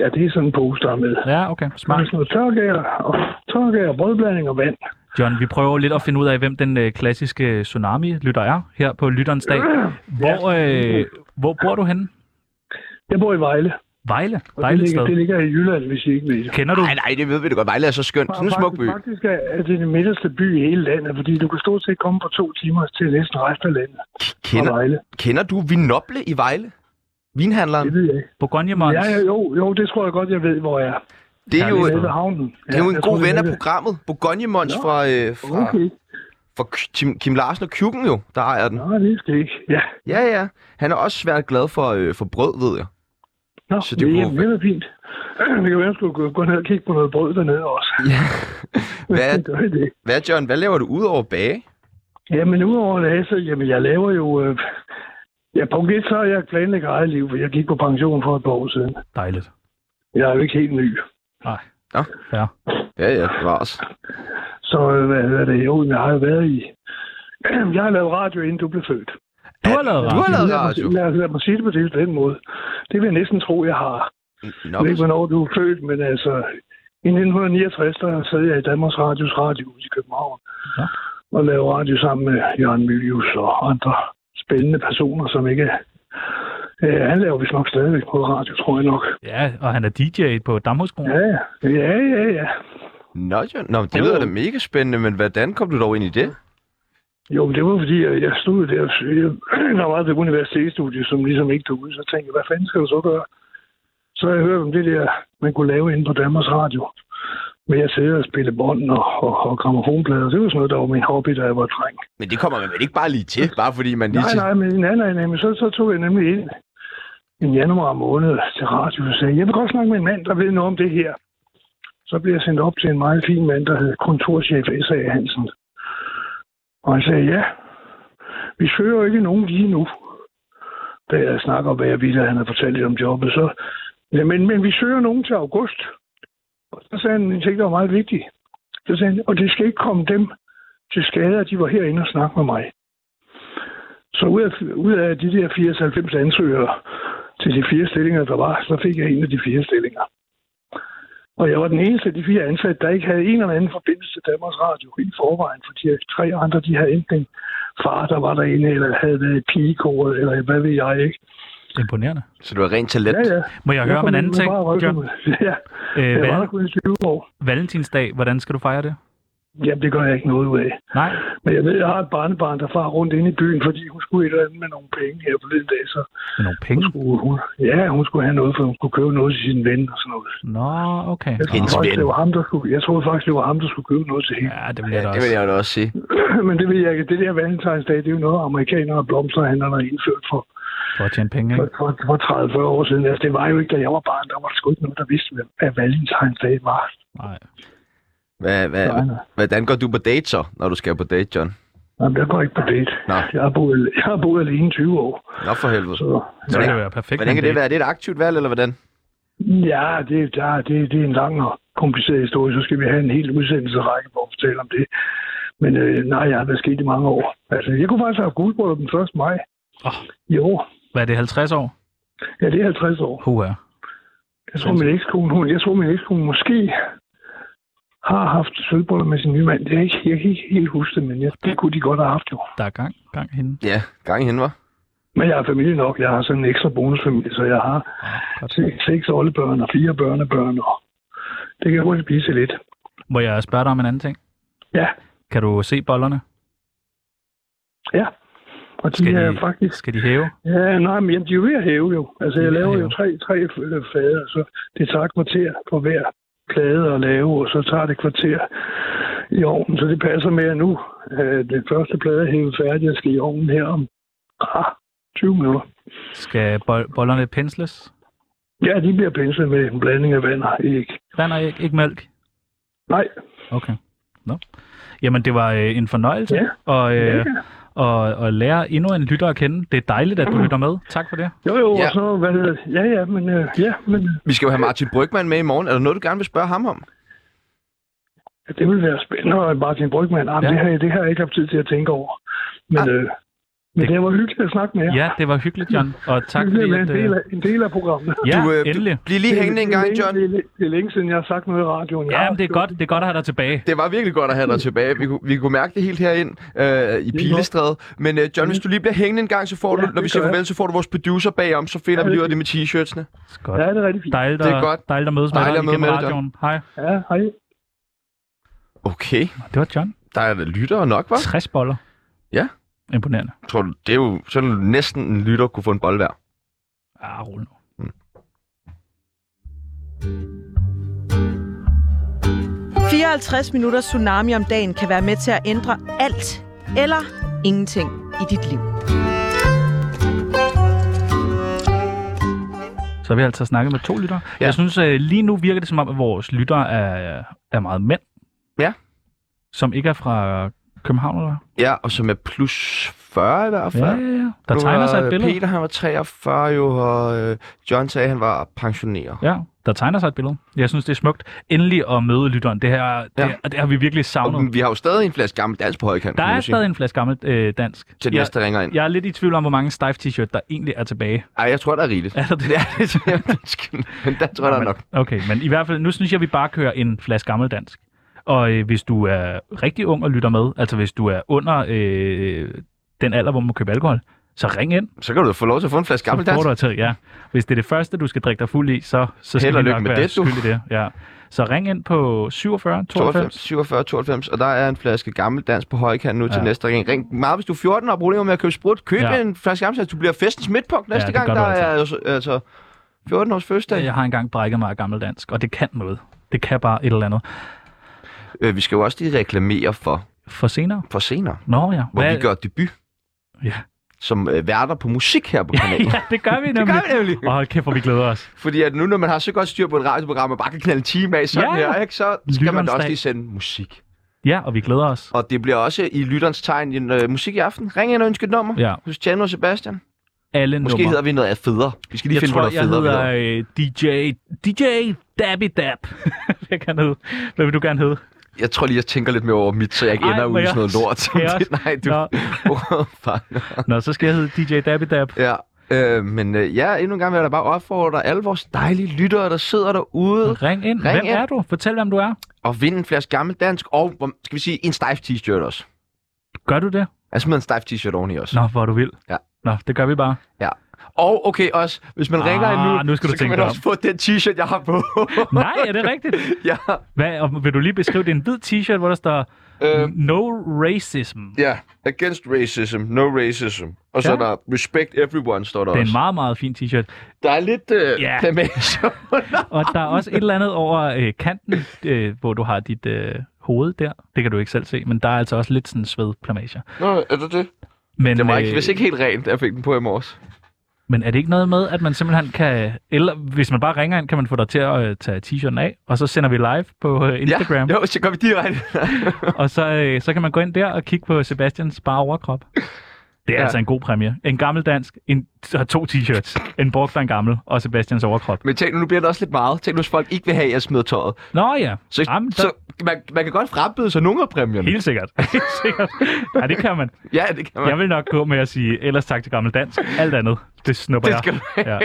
Ja, det er sådan en pose, der er med.
Ja, okay.
Man
Smart.
sådan noget tørgær, og tørgær, brødblanding og vand.
John, vi prøver lidt at finde ud af, hvem den øh, klassiske tsunami-lytter er her på Lytterens Dag. Hvor, øh, hvor bor du henne?
Jeg bor i Vejle,
Vejle?
og det
Dejligt
ligger, det
sted.
ligger i Jylland, hvis I ikke ved det.
Kender du?
Nej, nej, det ved vi da godt. Vejle er så skønt. Sådan en smuk by.
Faktisk, faktisk er, er det den midterste by i hele landet, fordi du kan stort set komme på to timer til næsten resten af landet fra
Kender,
Vejle.
kender du Vinoble i Vejle?
Det
Vinhandleren?
ved jeg ikke.
Bourgogne
Ja,
Mons?
ja, jo, jo, det tror jeg godt, jeg ved, hvor jeg er.
Det er jo,
Det er
det
ved havnen.
er jo en
jeg tror,
god
det er
ven af
det.
programmet. Bourgogne Mons
Nå.
fra, øh, fra,
Okay,
fra Kim, Kim Larsen og Kjukken jo, der ejer den.
nå, det skal ikke. Ja,
Ja, ja. Han er også svært glad for, øh, for brød, ved jeg.
nå,
Så
så
det
det,
kunne
det,
jo
er, det er fint. Vi kan jo jeg skulle gå- gå ned og kigge på noget brød dernede også.
Ja. Hvad,
Det gør det.
hvad, John, hvad laver du udover bage?
Jamen, udover det, så jamen, jeg laver jo... Øh, ja, punkt et, så er jeg planlægger eget liv, for jeg gik på pension for et par år siden.
Dejligt.
Jeg er jo ikke helt ny.
Nej.
Nå.
Ja.
Ja, ja, det var også.
Så øh, hvad hedder det? Jo, jeg har jo været i... Jeg har lavet radio, inden du blev født.
Du har lavet
Du har
radio.
lavet
Lad mig-
radio.
Lad, lad mig sige det på det, den måde. Det vil jeg næsten tro, jeg har. Jeg
Nå,
ved ikke, hvornår du er født, men altså... I 1969, der sad jeg i Danmarks Radios Radiohus i København.
Ja.
Og lavede radio sammen med Jørgen Mylius og andre spændende personer, som ikke... Øh, han laver vist nok stadigvæk på radio, tror jeg nok.
Ja, og han er DJ på Damhuskronen.
Ja, ja, ja, ja.
Nå, John. Nå, det lyder da mega spændende, men hvordan kom du dog ind i det?
Jo, men det var fordi, jeg, jeg stod der, og jeg, der var det universitetsstudie, som ligesom ikke tog ud, så tænkte jeg, hvad fanden skal du så gøre? Så har jeg hørt om det der, man kunne lave inde på Danmarks Radio, med at sidde og spille bånd og, og, og gramofonplader. Det var sådan noget, der var min hobby, da jeg var dreng.
Men det kommer man vel ikke bare lige til, bare fordi man lige
Nej, nej, men, nej, nej, nej, men så, så tog jeg nemlig ind i januar måned til radio og sagde, jeg vil godt snakke med en mand, der ved noget om det her. Så blev jeg sendt op til en meget fin mand, der hed kontorchef S.A. Hansen. Og han sagde, ja, vi søger jo ikke nogen lige nu. Da jeg snakker om, hvad jeg ville, og han har fortalt lidt om jobbet, så... Ja, men, men vi søger nogen til august. Og så sagde han en ting, der var meget vigtig. Så sagde han, og det skal ikke komme dem til skade, at de var herinde og snakke med mig. Så ud af, ud af de der 80-90 ansøgere til de fire stillinger, der var, så fik jeg en af de fire stillinger. Og jeg var den eneste af de fire ansatte, der ikke havde en eller anden forbindelse til Danmarks Radio i forvejen, for de tre andre, de havde enten far, der var derinde, eller havde været i pigekoret, eller hvad ved jeg ikke.
Imponerende.
Så du har rent talent.
Ja, ja.
Må jeg høre om en anden ting, John?
Ja,
Øh,
jeg var der
val-
kun i 20 år.
Valentinsdag, hvordan skal du fejre det?
Jamen, det gør jeg ikke noget ud af.
Nej,
Men jeg ved, jeg har et barnebarn, der far rundt inde i byen, fordi hun skulle et eller andet med nogle penge her på den dag, så
med nogle
Hun
penge.
skulle, hun, ja, hun skulle have noget, for hun skulle købe noget til sin ven og sådan noget.
Nå, okay.
Jeg troede,
Hendes
faktisk,
ven.
det var ham, der skulle, jeg troede faktisk, det var ham, der skulle købe noget til hende.
Ja, det
Ja,
bliver det
det vil
også.
jeg da også sige.
Men det ved jeg ikke. Det der valentinsdag, det er jo noget, amerikanere og blomsterhandlere har indført for,
For at tjene penge,
for,
ikke?
for, for 30-40 år siden. Altså, det var jo ikke, da jeg var barn, der var sgu ikke nogen, der vidste, hvad, hvad valentinsdag var.
Nej.
Hvad, hvad,
Nej, nej.
hvordan går du på date så, når du skal på date, John?
Jamen, jeg går ikke på date.
Nå.
Jeg har, boet, jeg har boet alene i 20 år.
Nå for helvede.
Så,
Så
Hvordan-
kan det være perfekt.
Hvordan kan
men
det være? Er det et aktivt valg, eller hvordan?
ja, det, der, det, det er en lang og kompliceret historie. Så skal vi have en helt udsendelserække, hvor vi fortæller om det. Men øh, nej, jeg har været skidt i mange år. Altså, jeg kunne faktisk have haft guldbryllup den 1. maj.
Åh,
i år.
Hvad er det, 50 år?
Ja, det er 50 år.
Puha.
Jeg tror, min ekskone, hun, jeg tror, min ekskone måske har haft sølvbrøller med sin nye mand. Det er ikke, jeg kan ikke helt huske det, men jeg, det kunne de godt have haft jo.
Der er gang, gang hende.
Ja, gang i hende, var.
Men jeg er familie nok. Jeg har sådan en ekstra bonusfamilie, så jeg har
Godt.
se- seks oldebørn og fire børnebørn. Og det kan hurtigt blive til lidt.
Må jeg spørge dig om en anden ting?
Ja,
Kan du se bollerne?
ja. Og de
Skal
er
de-
faktisk...
Skal de hæve?
Ja, nej, men jamen, de er jo ved at hæve jo. Altså,
De er
jeg
ved at
laver jo
hæve.
tre, tre øh, fader, så det tager et kvarter på hver plade at lave, og så tager det et kvarter i ovnen. Så det passer med, at nu øh, den første plade er hævet færdig, jeg skal i ovnen her om ah, 20 minutter.
Skal bo- bollerne pensles?
Ja, de bliver penslet med en blanding af vand og æg.
Vand og æg, ikke mælk?
Nej,
Okay. Nå. Jamen, det var øh, en fornøjelse
Ja.
og, øh,
Ja. Mm.
og, og lære endnu en lytter at kende. Det er dejligt, at du lytter med. Tak for det.
jo jo, ja.
Ja.
og så, hvad hedder det? Ja, ja, men, øh, ja, men
Vi skal jo
Øh,
have Martin Brygman med i morgen. Er der noget, du gerne vil spørge ham om?
ja, det vil være spændende, og Martin Brygman, ah,
Ja.
ja. det, har, jeg- det har jeg ikke haft tid til at tænke over. Men, ah. øh, men
Det-
det... var hyggeligt at snakke med jer.
Ja, det var hyggeligt, John. Og tak
det
fordi,
bliver
at...
en, del
Øh,
af, en del af programmet.
ja,
du,
endelig.
Du, bliv lige hængende en gang,
det er
John.
længe- Det er, læ- det er længe siden, jeg har sagt noget i radioen. Jeg
Ja,
har-
men det er godt, det er godt at have dig tilbage.
Det var virkelig godt at have
Mm.
dig tilbage. Vi kunne, vi kunne mærke det helt herind øh, i Pilestræde. Men øh, John, hvis
Mm.
du lige bliver hængende en gang, så får du,
Ja,
når vi
det
siger
gør jeg.
farvel, så får du vores producer bagom, så finder
Ja,
vi lige ud af
det
det med t-shirtsene.
Godt.
Ja, det er rigtig fint.
Dejligt,
Det er
at-
godt.
dejligt at mødes med
Dejligt
dig
at møde
igennem
med dig,
radioen. Hej.
Ja, hej.
Okay,
Det var John.
der er da lyttere nok, var?
60 boller.
Ja.
Imponerende.
Tror du, det er jo sådan næsten en lytter kunne få en bold hver.
Ah, rolig nu.
det. 54 minutter tsunami om dagen kan være med til at ændre alt eller ingenting i dit liv.
Så har vi altså snakket med to lyttere. Ja.
Ja.
Jeg synes, øh, lige nu virker det som om, at vores lyttere er, er meget mænd.
Ja.
Som ikke er fra København, eller? hvad?
Ja, og som er plus 40 i hvert fald.
Ja, ja, ja. Der
Nu
tegner sig
var,
et
øh,
billede.
Peter, han var 43 jo, og øh, John sagde, at han var pensioneret.
Ja, der tegner sig et billede. Jeg synes, det er smukt. Endelig at møde lytteren. Det her, det,
Ja.
her, det har vi virkelig savnet.
Og vi har jo stadig en flaske gammel dans på højkant,
Der
kan man
er
jo sige,
stadig en flaske gammelt øh, dansk.
til
jeg,
næste der ringer ind.
jeg er lidt i tvivl om, hvor mange Steiff t-shirt, der egentlig er tilbage.
Ej, jeg tror, der er rigeligt.
Er der det?
Ja, det tror jeg, det skal- men der tror jeg, der er nok.
Okay, men i hvert fald, nu synes jeg, vi bare kører en flaske gammel dansk. Og øh, hvis du er rigtig ung og lytter med, altså hvis du er under øh, den alder, hvor man må købe alkohol, så ring ind,
Så kan du få lov til at få en flaske gammel
så får
dans.
du til, ja. Hvis det er det første, du skal drikke dig fuld i, så, så skal
Held og
vi
lykke
nok
med
være
det, du.
skyld i det. Ja. Så ring ind på 47 92
92, 47, 92, og der er en flaske gammel dans på højkant nu til
Ja.
næste gang. Ring meget, hvis du er 14 og har problemer med at købe sprut. Køb
Ja.
ja. en flaske gammel dans. Du bliver festens midtpunkt
Ja,
næste
det
gang.
gør
Der
du
er altså- altså 14 års fødselsdag.
Jeg har engang brækket mig af gammeldansk, og det kan noget. Det kan bare et eller andet.
Øh, vi skal jo også lige reklamere for,
For senere?
for senere,
Nå ja.
hvor vi gør debut
Ja.
som øh, værter på musik her på kanalen.
ja, det gør vi
Det
nemlig.
gør vi nemlig.
Og hold kæft, hvor vi glæder os.
Fordi at nu, når man har så godt styr på et radioprogram, og bare kan knalde en time af sådan
Ja.
ja. her, ikke, så skal man
Lytterens
da også
dag.
lige sende musik.
Ja, og vi glæder os.
Og det bliver også i lytterens tegn en øh, musik i aften. Ring ind og ønske et nummer
Ja.
hos Tjano og Sebastian.
Alle
Måske
numre.
hedder vi noget af federe. Vi skal lige
jeg
finde
tror,
på noget
jeg
federe. vi
hedder øh, DJ... DJ Dabby Dab. jeg kan hedde. Hvad vil du gerne hedde?
Jeg tror lige, jeg tænker lidt mere over mit, så jeg ikke
Ej,
ender
må
ude i
jeg
sådan noget
også-
lort.
må jeg også-
Nej, du
Nå.
Fuck.
Nå, så skal jeg hedde DJ Dabby Dab.
Ja, øh, men øh, ja, endnu en gang vil jeg da bare opfordre alle vores dejlige lyttere, der sidder derude
Ring ind.
Ring
Hvem
ind.
er du? Fortæl, hvem du er.
og vinde en flaske gammel dansk, og hvor- skal vi sige, en stejf t-shirt også.
Gør du det?
Jeg smider en stejf t-shirt oveni også.
Nå, hvor du vil.
Ja.
Nå, det gør vi bare.
Og okay også, hvis man
Ah,
ringer endnu,
nu skal du
så kan
tænke
man
dig
også få den t-shirt, jeg har på.
Nej, er det rigtigt?
ja,
Hvad, og vil du lige beskrive, det er en hvid t-shirt, hvor der står
øh,
No Racism.
ja, against racism, no racism. Og så
Ja.
er der respect everyone, står der
Det er en
også.
meget, meget fin t-shirt.
Der er lidt øh,
Ja.
yeah. plamage under.
Og der er også et eller andet over øh, kanten, øh, hvor du har dit øh, hoved der. Det kan du ikke selv se, men der er altså også lidt sådan svedplamager.
Nå, er det det?
Men,
Det var
øh,
ikke, hvis ikke helt rent, da jeg fik den på i morges.
men er det ikke noget med, at man simpelthen kan... Eller hvis man bare ringer ind, kan man få dig til at øh, tage t-shirten af, og så sender vi live på øh, Instagram.
Ja, jo, så går vi direkte.
Og så, øh, så kan man gå ind der og kigge på Sebastians bare overkrop. Det er ja.
Ja.
altså en god præmie. En gammel dansk, en, og to t-shirts. En brugt og en gammel, og Sebastians overkrop.
Men tænk nu, nu bliver det også lidt meget. Tænk nu, hvis folk ikke vil have, at jeg smider tøjet.
Nå ja,
Så,
Jamen, der-
så man, man kan godt frembede sig nogle af præmierne.
helt sikkert. Helt sikkert. Ja, det kan man.
Ja, det kan man.
Jeg vil nok gå med at sige, ellers tak til gammel dansk. Alt andet, det snupper
det skal
jeg.
du have.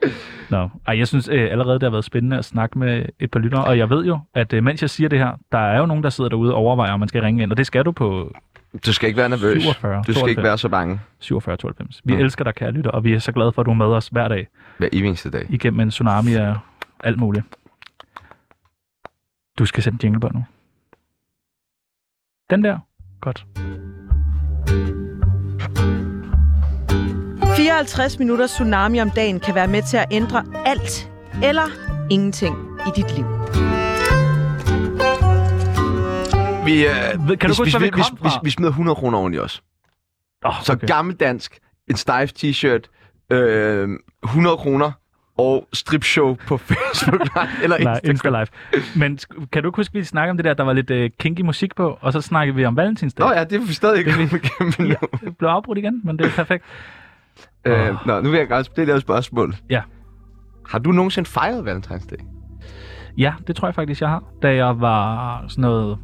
Ja. Nå, Ej, jeg synes øh, allerede, det har været spændende at snakke med et par lyttere, og jeg ved jo, at øh, mens jeg siger det her, der er jo nogen, der sidder derude og overvejer, om man skal ringe ind, og det skal du på
Du skal ikke være nervøs.
47,
du skal ikke
92.
være så bange
47 92. Vi mm. elsker dig, kære lytter, og vi er så glade for, at du er med os hver dag
hver eneste dag.
igennem en tsunami og alt muligt. Du skal sende jinglebånd nu. Den der. Godt.
54 minutter tsunami om dagen kan være med til at ændre alt eller ingenting i dit liv.
Vi, øh,
Ved- kan du
vi,
huske,
vi,
hvor vi
vi,
kom
vi,
fra?
vi smider 100 kroner oven i os.
Oh,
Så okay. gammeldansk, en stejf t-shirt, øh, 100 kroner og stripshow på Facebook Live eller
Nej,
Instagram.
Insta Live. Men sk- kan du ikke huske, vi snakkede om det der, der var lidt øh, kinky musik på, og så snakkede vi om valentinsdag.
Nå ja, det er vi stadig ikke kommet igennem endnu.
Det blev afbrudt igen, men det er perfekt.
Øh, nå, nu vil jeg gerne stille dig et spørgsmål.
Ja.
Har du nogensinde fejret valentinsdag?
Ja, det tror jeg faktisk, jeg har. Da jeg var sådan noget,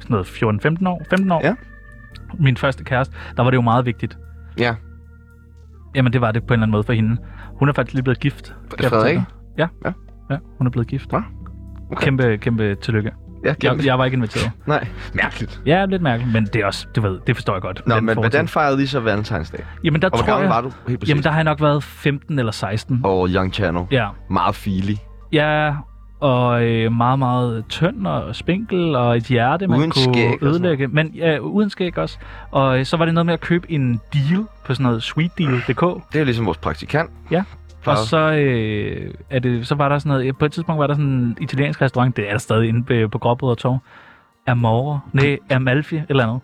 sådan noget 14-15 år, 15 år,
Ja.
min første kæreste, der var det jo meget vigtigt.
Ja.
Jamen, det var det på en eller anden måde for hende. Hun er faktisk lige blevet gift. kan jeg
Frederik?
fortælle dig. Ja.
Ja.
ja. hun er blevet gift.
Nå, okay.
Kæmpe, kæmpe tillykke.
Ja,
Jeg,
glemt.
jeg, var ikke inviteret.
Nej, mærkeligt.
Ja, lidt mærkeligt, men det er også, du ved, det forstår jeg godt.
Nå,
Den
men
fortid.
hvordan fejrede I så valentinsdag?
Jamen, der
Og hvor
tror
gammel
jeg,
var du helt præcis?
Jamen, der har jeg nok været 15 eller 16.
Og Young Channel.
Ja.
Meget filig.
Ja, og øh, meget, meget tynd og spinkel og et hjerte, man
Uden
kunne
skæg og sådan
ødelægge. Men ja, uden skæg også. Og øh, så var det noget med at købe en deal på sådan noget sweetdeal.dk.
Det er jo ligesom vores praktikant.
Ja. Og
Plejede.
så, øh, er det, så var der sådan noget, på et tidspunkt var der sådan en italiensk restaurant, det er der stadig inde på, på Gråbrød og Torv. Amore, nej, Amalfi, et eller andet.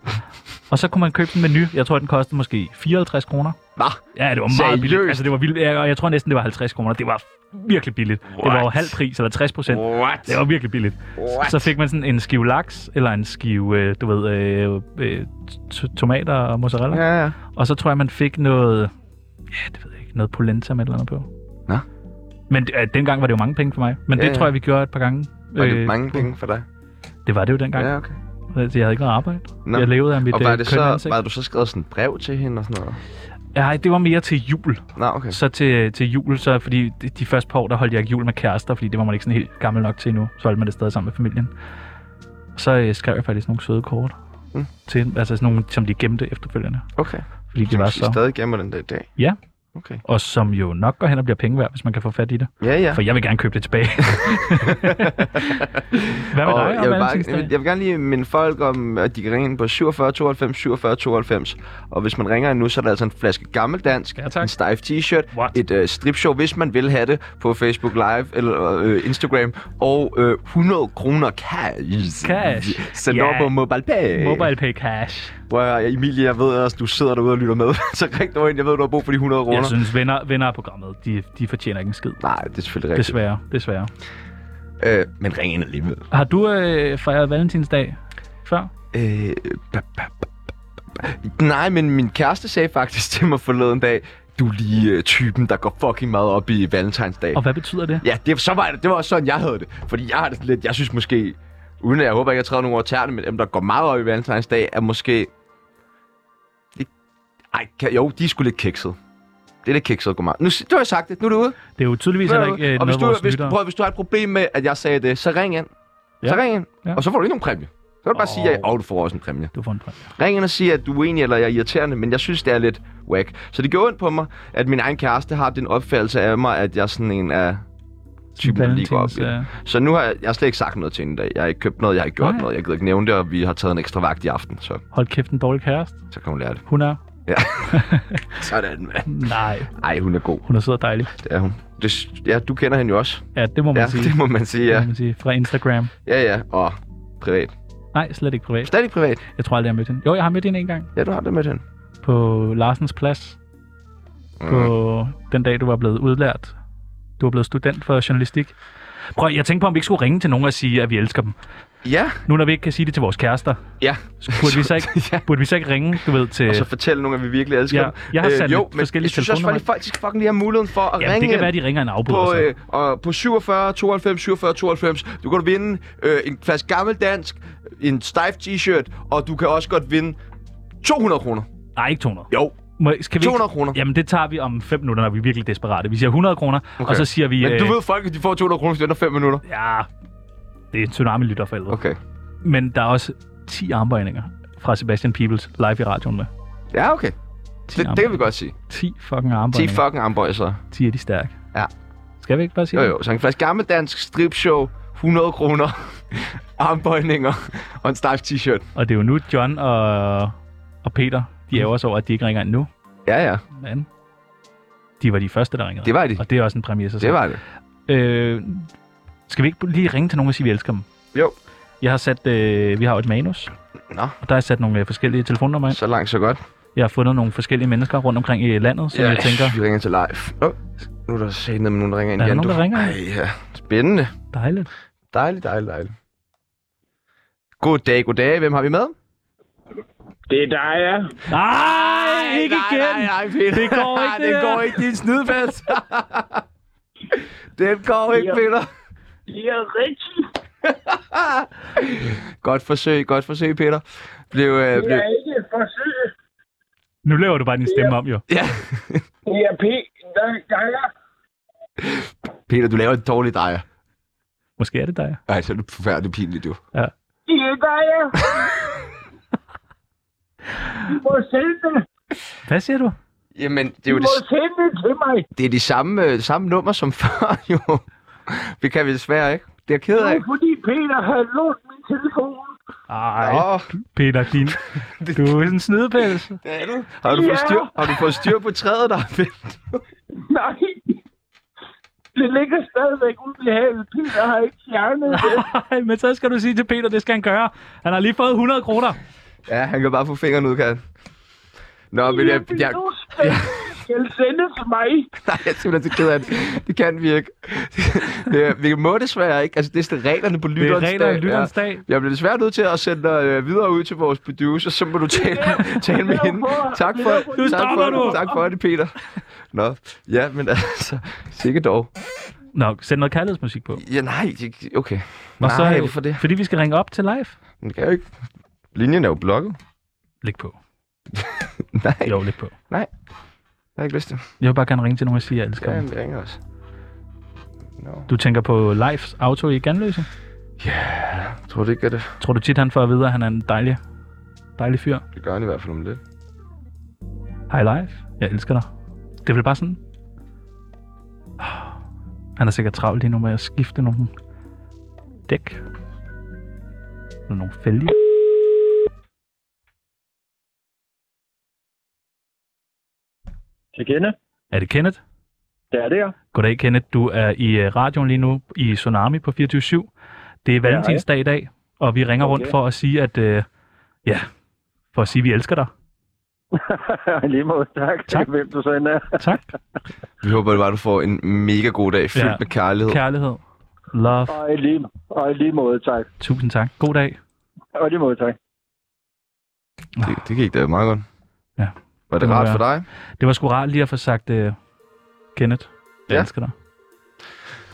Og så kunne man købe en menu, jeg tror den kostede måske 54 kroner.
Nå,
Ja, det var meget billigt.
Seriøst?
Altså, det var vildt. Ja, og jeg tror næsten, det var 50 kroner. Det var virkelig billigt. Det var jo
What?
halv pris, eller 60 procent.
what?
Det var virkelig billigt.
What?
Så fik man sådan en skive laks, eller en skive, øh, du ved, øh, øh, t- tomater og mozzarella. Ja.
Ja, ja.
Og så tror jeg, man fik noget, ja, det ved jeg ikke, noget polenta med et eller andet på.
Nå.
Men øh, dengang var det jo mange penge for mig. Men
Ja,
det
ja.
tror jeg, vi gjorde et par gange. Øh,
Var det mange penge for dig?
det var det jo dengang.
Ja, okay.
Så Jeg havde ikke noget arbejde.
Nå.
Jeg levede af mit
Og var,
øh,
det så,
kønne ansigt.
var du så skrevet sådan et brev til hende og sådan noget?
Nej, det var mere til jul.
Nå, okay.
Så til, til jul, så fordi de, de første par år, der holdt jeg ikke jul med kærester, fordi det var man ikke sådan helt gammel nok til endnu. Så holdt man det stadig sammen med familien. Så øh, skrev jeg faktisk nogle søde kort.
Mm.
Mm. Til, altså sådan nogle, som de gemte efterfølgende.
Okay.
Fordi det var
I
så.
stadig gemmer den dag i dag?
Ja.
Okay.
Og som jo nok går hen og bliver penge værd, hvis man kan få fat i det.
Ja, ja.
For jeg vil gerne købe det tilbage. Hvad med
og jeg,
dig om
vil bare, jeg,
valentinsdag?
vil, jeg vil gerne lige minde folk om, at de kan ringe ind på 47 92 47 92. Og hvis man ringer ind nu, så er der altså en flaske gammeldansk,
Ja, tak.
en stejf t-shirt,
What?
et øh, stripshow, hvis man vil have det, på Facebook Live eller øh, Instagram, og øh, 100 kroner cash.
Cash.
Send
Ja.
over på MobilePay.
Mobile Pay Cash.
Prøv at, Emilie, jeg ved også, du sidder derude og lytter med, så ring dig ind. Jeg ved, du har brug for de 100 kroner.
Jeg synes, venner, venner af programmet, de, de fortjener ikke en skid.
Nej, det er selvfølgelig rigtigt.
Desværre, desværre.
Øh, men ring ind alligevel.
Har du øh, fejret valentinsdag før?
Øh, ba, ba, ba, ba, ba. Nej, men min kæreste sagde faktisk til mig forleden dag, du er lige øh, typen, der går fucking meget op i valentinsdag.
Og hvad betyder det?
Ja, det, så var det, det var også sådan, jeg havde det. Fordi jeg har det sådan lidt, jeg synes måske, uden at jeg håber ikke, jeg træder nogen over tæerne, men dem, der går meget op i valentinsdag, er måske... Det- Ej, kan, jo, de er sgu lidt kikset. Det er lidt kikset at gå meget. Nu, si- du har jeg sagt det, nu er det ude.
Det er jo tydeligvis heller ikke øh,
og hvis
noget,
du,
vores
hvis,
lyttere-
prøv, hvis du har et problem med, at jeg sagde det, så ring ind.
Ja.
Så ring ind.
Ja.
Og så får du ikke nogen præmie. Så kan du bare sige, at
Åh.
oh, du får også en præmie.
Du får en præmie.
Ring ind og sig, at du er uenig eller jeg er irriterende, men jeg synes, det er lidt whack. Så det gjorde ondt på mig, at min egen kæreste har den opfattelse af mig, at jeg er sådan en af typen, der lige går op i det.
Valentins,
Så nu har jeg, jeg har slet ikke sagt noget til hende i dag. Jeg har ikke købt noget, jeg har ikke gjort
Nej.
noget, jeg gider ikke nævne det, og vi har taget en ekstra vagt i aften, så,
øh, Hold kæft, en dårlig kæreste.
så kan hun lære det.
Hun er...
Ja. Sådan, mand.
Nej,
Ej, hun er god.
hun er sød og dejlig.
Det er hun. Det, s- ja, du kender hende jo også.
Ja, det må man
Ja,
sige. Mm.
det må man sige,
Det
ja.
må man sige. Fra Instagram.
Ja, ja, og privat.
Nej, slet ikke privat.
Stadig privat.
Jeg tror aldrig, jeg har mødt hende. Jo, jeg har mødt hende en gang.
Ja, du har det med hende.
På Larsens Plads. På
Mm.
den dag, du var blevet udlært. Du var blevet student for journalistik. Prøv, jeg tænkte på, om vi ikke skulle ringe til nogen og sige, at vi elsker dem.
Ja,
Nu når vi ikke kan sige det til vores kærester,
ja.
burde vi så ikke,
ja.
burde vi så ikke ringe, du ved, til...
Og så fortælle nogen, at vi virkelig elsker
Øh. Ja,
dem. Øh,
jeg har sat
jo,
lidt
men
forskellige
jeg synes også, at
telefonnumre.
folk skal fucking lige have muligheden for at
Jamen,
ringe
det kan
ind
være, de ringer en afbryder.
på,
så.
øh, og på 47 92 47 92. Du kan vinde øh, en flaske gammel dansk, en stejf t-shirt, og du kan også godt vinde 200 kroner.
Nej, ikke 200.
Jo,
Må, skal vi
200 kroner.
Ikke, jamen, det tager vi om 5 minutter, når vi er virkelig desperate. Vi siger 100 kroner, okay. og så siger vi... øh,
Men du ved, folk de får 200 kroner, hvis de venter 5 minutter.
Ja, det er tsunami-lytter for helvede.
Okay.
Men der er også 10 armbøjninger fra Sebastian Peebles live i radioen med.
Ja, okay.
10
Det, det kan vi godt sige.
10 fucking
10
armbøjninger. 10,
fucking ambøjser.
10 er de stærke.
Ja.
Skal vi ikke bare sige
Jo,
det?
jo. Så en flaske gammeldansk stripshow, 100 kroner, armbøjninger og en stejf t-shirt.
Og det er jo nu, John og, og Peter,
Mm.
de ærger sig over, at de ikke ringer ind nu.
Ja, ja.
Men de var de første, der ringede.
Det var de.
Og det er også en præmie i sig
Det
selv.
var det.
Øh, skal vi ikke lige ringe til nogen og sige, at vi elsker dem?
Jo.
Jeg har sat, øh, vi har jo et manus,
Nå,
og der har jeg sat nogle øh, forskellige telefonnumre ind.
så langt, så godt.
Jeg har fundet nogle forskellige mennesker rundt omkring i landet, som jeg tænker,
Vi ringer til live. Nå, nu er der set med nogen, der ringer ind
Der er
igen.
nogen,
du.
der ringer ind.
Ej, ja. Spændende.
dejligt.
Dejligt, dejligt, dejligt. Goddag, goddag. Hvem har vi med?
Det er dig, ja.
Nej, ikke
nej,
igen!
Nej, nej, Peter.
Det går ikke, det
det
her.
går ikke, din snydfest. Den går ikke,
Ja.
Peter.
Det er rigtigt.
Godt forsøg, godt forsøg, Peter. Blev, øh,
Det
blev...
er ikke et forsøg.
Nu laver du bare din stemme om, jo.
Ja.
Det er P. Der er jeg.
Peter, du laver en dårlig drejer.
Måske er det dig.
Ej, så er det forfærdeligt pinligt, du.
Det er dig, ja. Du må sende det.
Hvad siger du?
Jamen, det er
Du
jo det,
må sende det til mig.
det er de samme, øh, samme nummer som før, jo. Det kan vi desværre ikke. Det er jeg ked
Det
af.
var fordi Peter havde lånt min telefon.
Ej,
Åh,
Peter, din, du er sådan en snydepæls.
det er du. Har du, fået
Ja.
styr, har du fået styr på træet, der er vendt?
Nej. Det ligger stadigvæk ude i havet. Peter har ikke fjernet det.
Ej, men så skal du sige til Peter, det skal han gøre. Han har lige fået 100 kroner.
Ja, han kan bare få fingeren ud, kan han. Nå, men jeg,
Jamen,
jeg,
Nu skal, skal sende til mig.
Nej, jeg er simpelthen så ked af det. Det kan vi ikke. Det, vi må desværre ikke. Altså, det er reglerne på
Det er
lytterens
regler i
dag.
lytterens
ja.
dag.
Jeg bliver desværre nødt til at sende dig øh, videre ud til vores producer, så må du tale, tale med hende. Tak for,
Nu
tak
stopper
for,
du.
Tak for det, Peter. Nå, ja, men altså, sikke dog.
Nå, sæt noget kærlighedsmusik på.
Ja, nej, det- okay.
Og
nej,
øh,
hvorfor det?
Fordi vi skal ringe op til live.
Den kan jeg jo ikke. Linjen er jo blokket.
Læg på.
Nej, jeg
Jo, læg på.
har ikke lyst til.
Jeg vil bare gerne ringe til nogen og sige, at jeg elsker
Ja,
dem.
men jeg ringer også. Nå,
Du tænker på Leifs auto i Ganløse.
jeg tror det ikke er det.
Tror du tit, han får at vide, at han er en dejlig, dejlig fyr?
Det gør han i hvert fald om lidt.
Hej Leif, jeg elsker dig. Det er vel bare sådan... Ah, Han er sikkert travlt lige nu med at skifte nogle dæk. Eller nogle fælge.
Til kende.
Er det Kenneth?
Det er det, ja.
Goddag Kenneth, du er i øh, radioen lige nu i Tsunami på 24 Det er valentinsdag i dag, og vi ringer okay. rundt
Okay.
for at sige, at... Øh, ja, for at sige, at vi elsker dig.
Lige måde, tak.
Tak.
Hvem du så end er.
Tak.
Vi håber bare, du får en mega god dag fyldt
Ja.
med kærlighed.
Kærlighed. Love.
Og i lige, og i lige måde, tak.
Tusind tak. God dag.
Og i lige måde, tak.
Det, det gik da meget godt.
Ja.
Var det
Det må
rart
være.
for dig?
Det var sgu rart lige at få sagt, uh, Kenneth, jeg
Ja.
ja. elsker dig.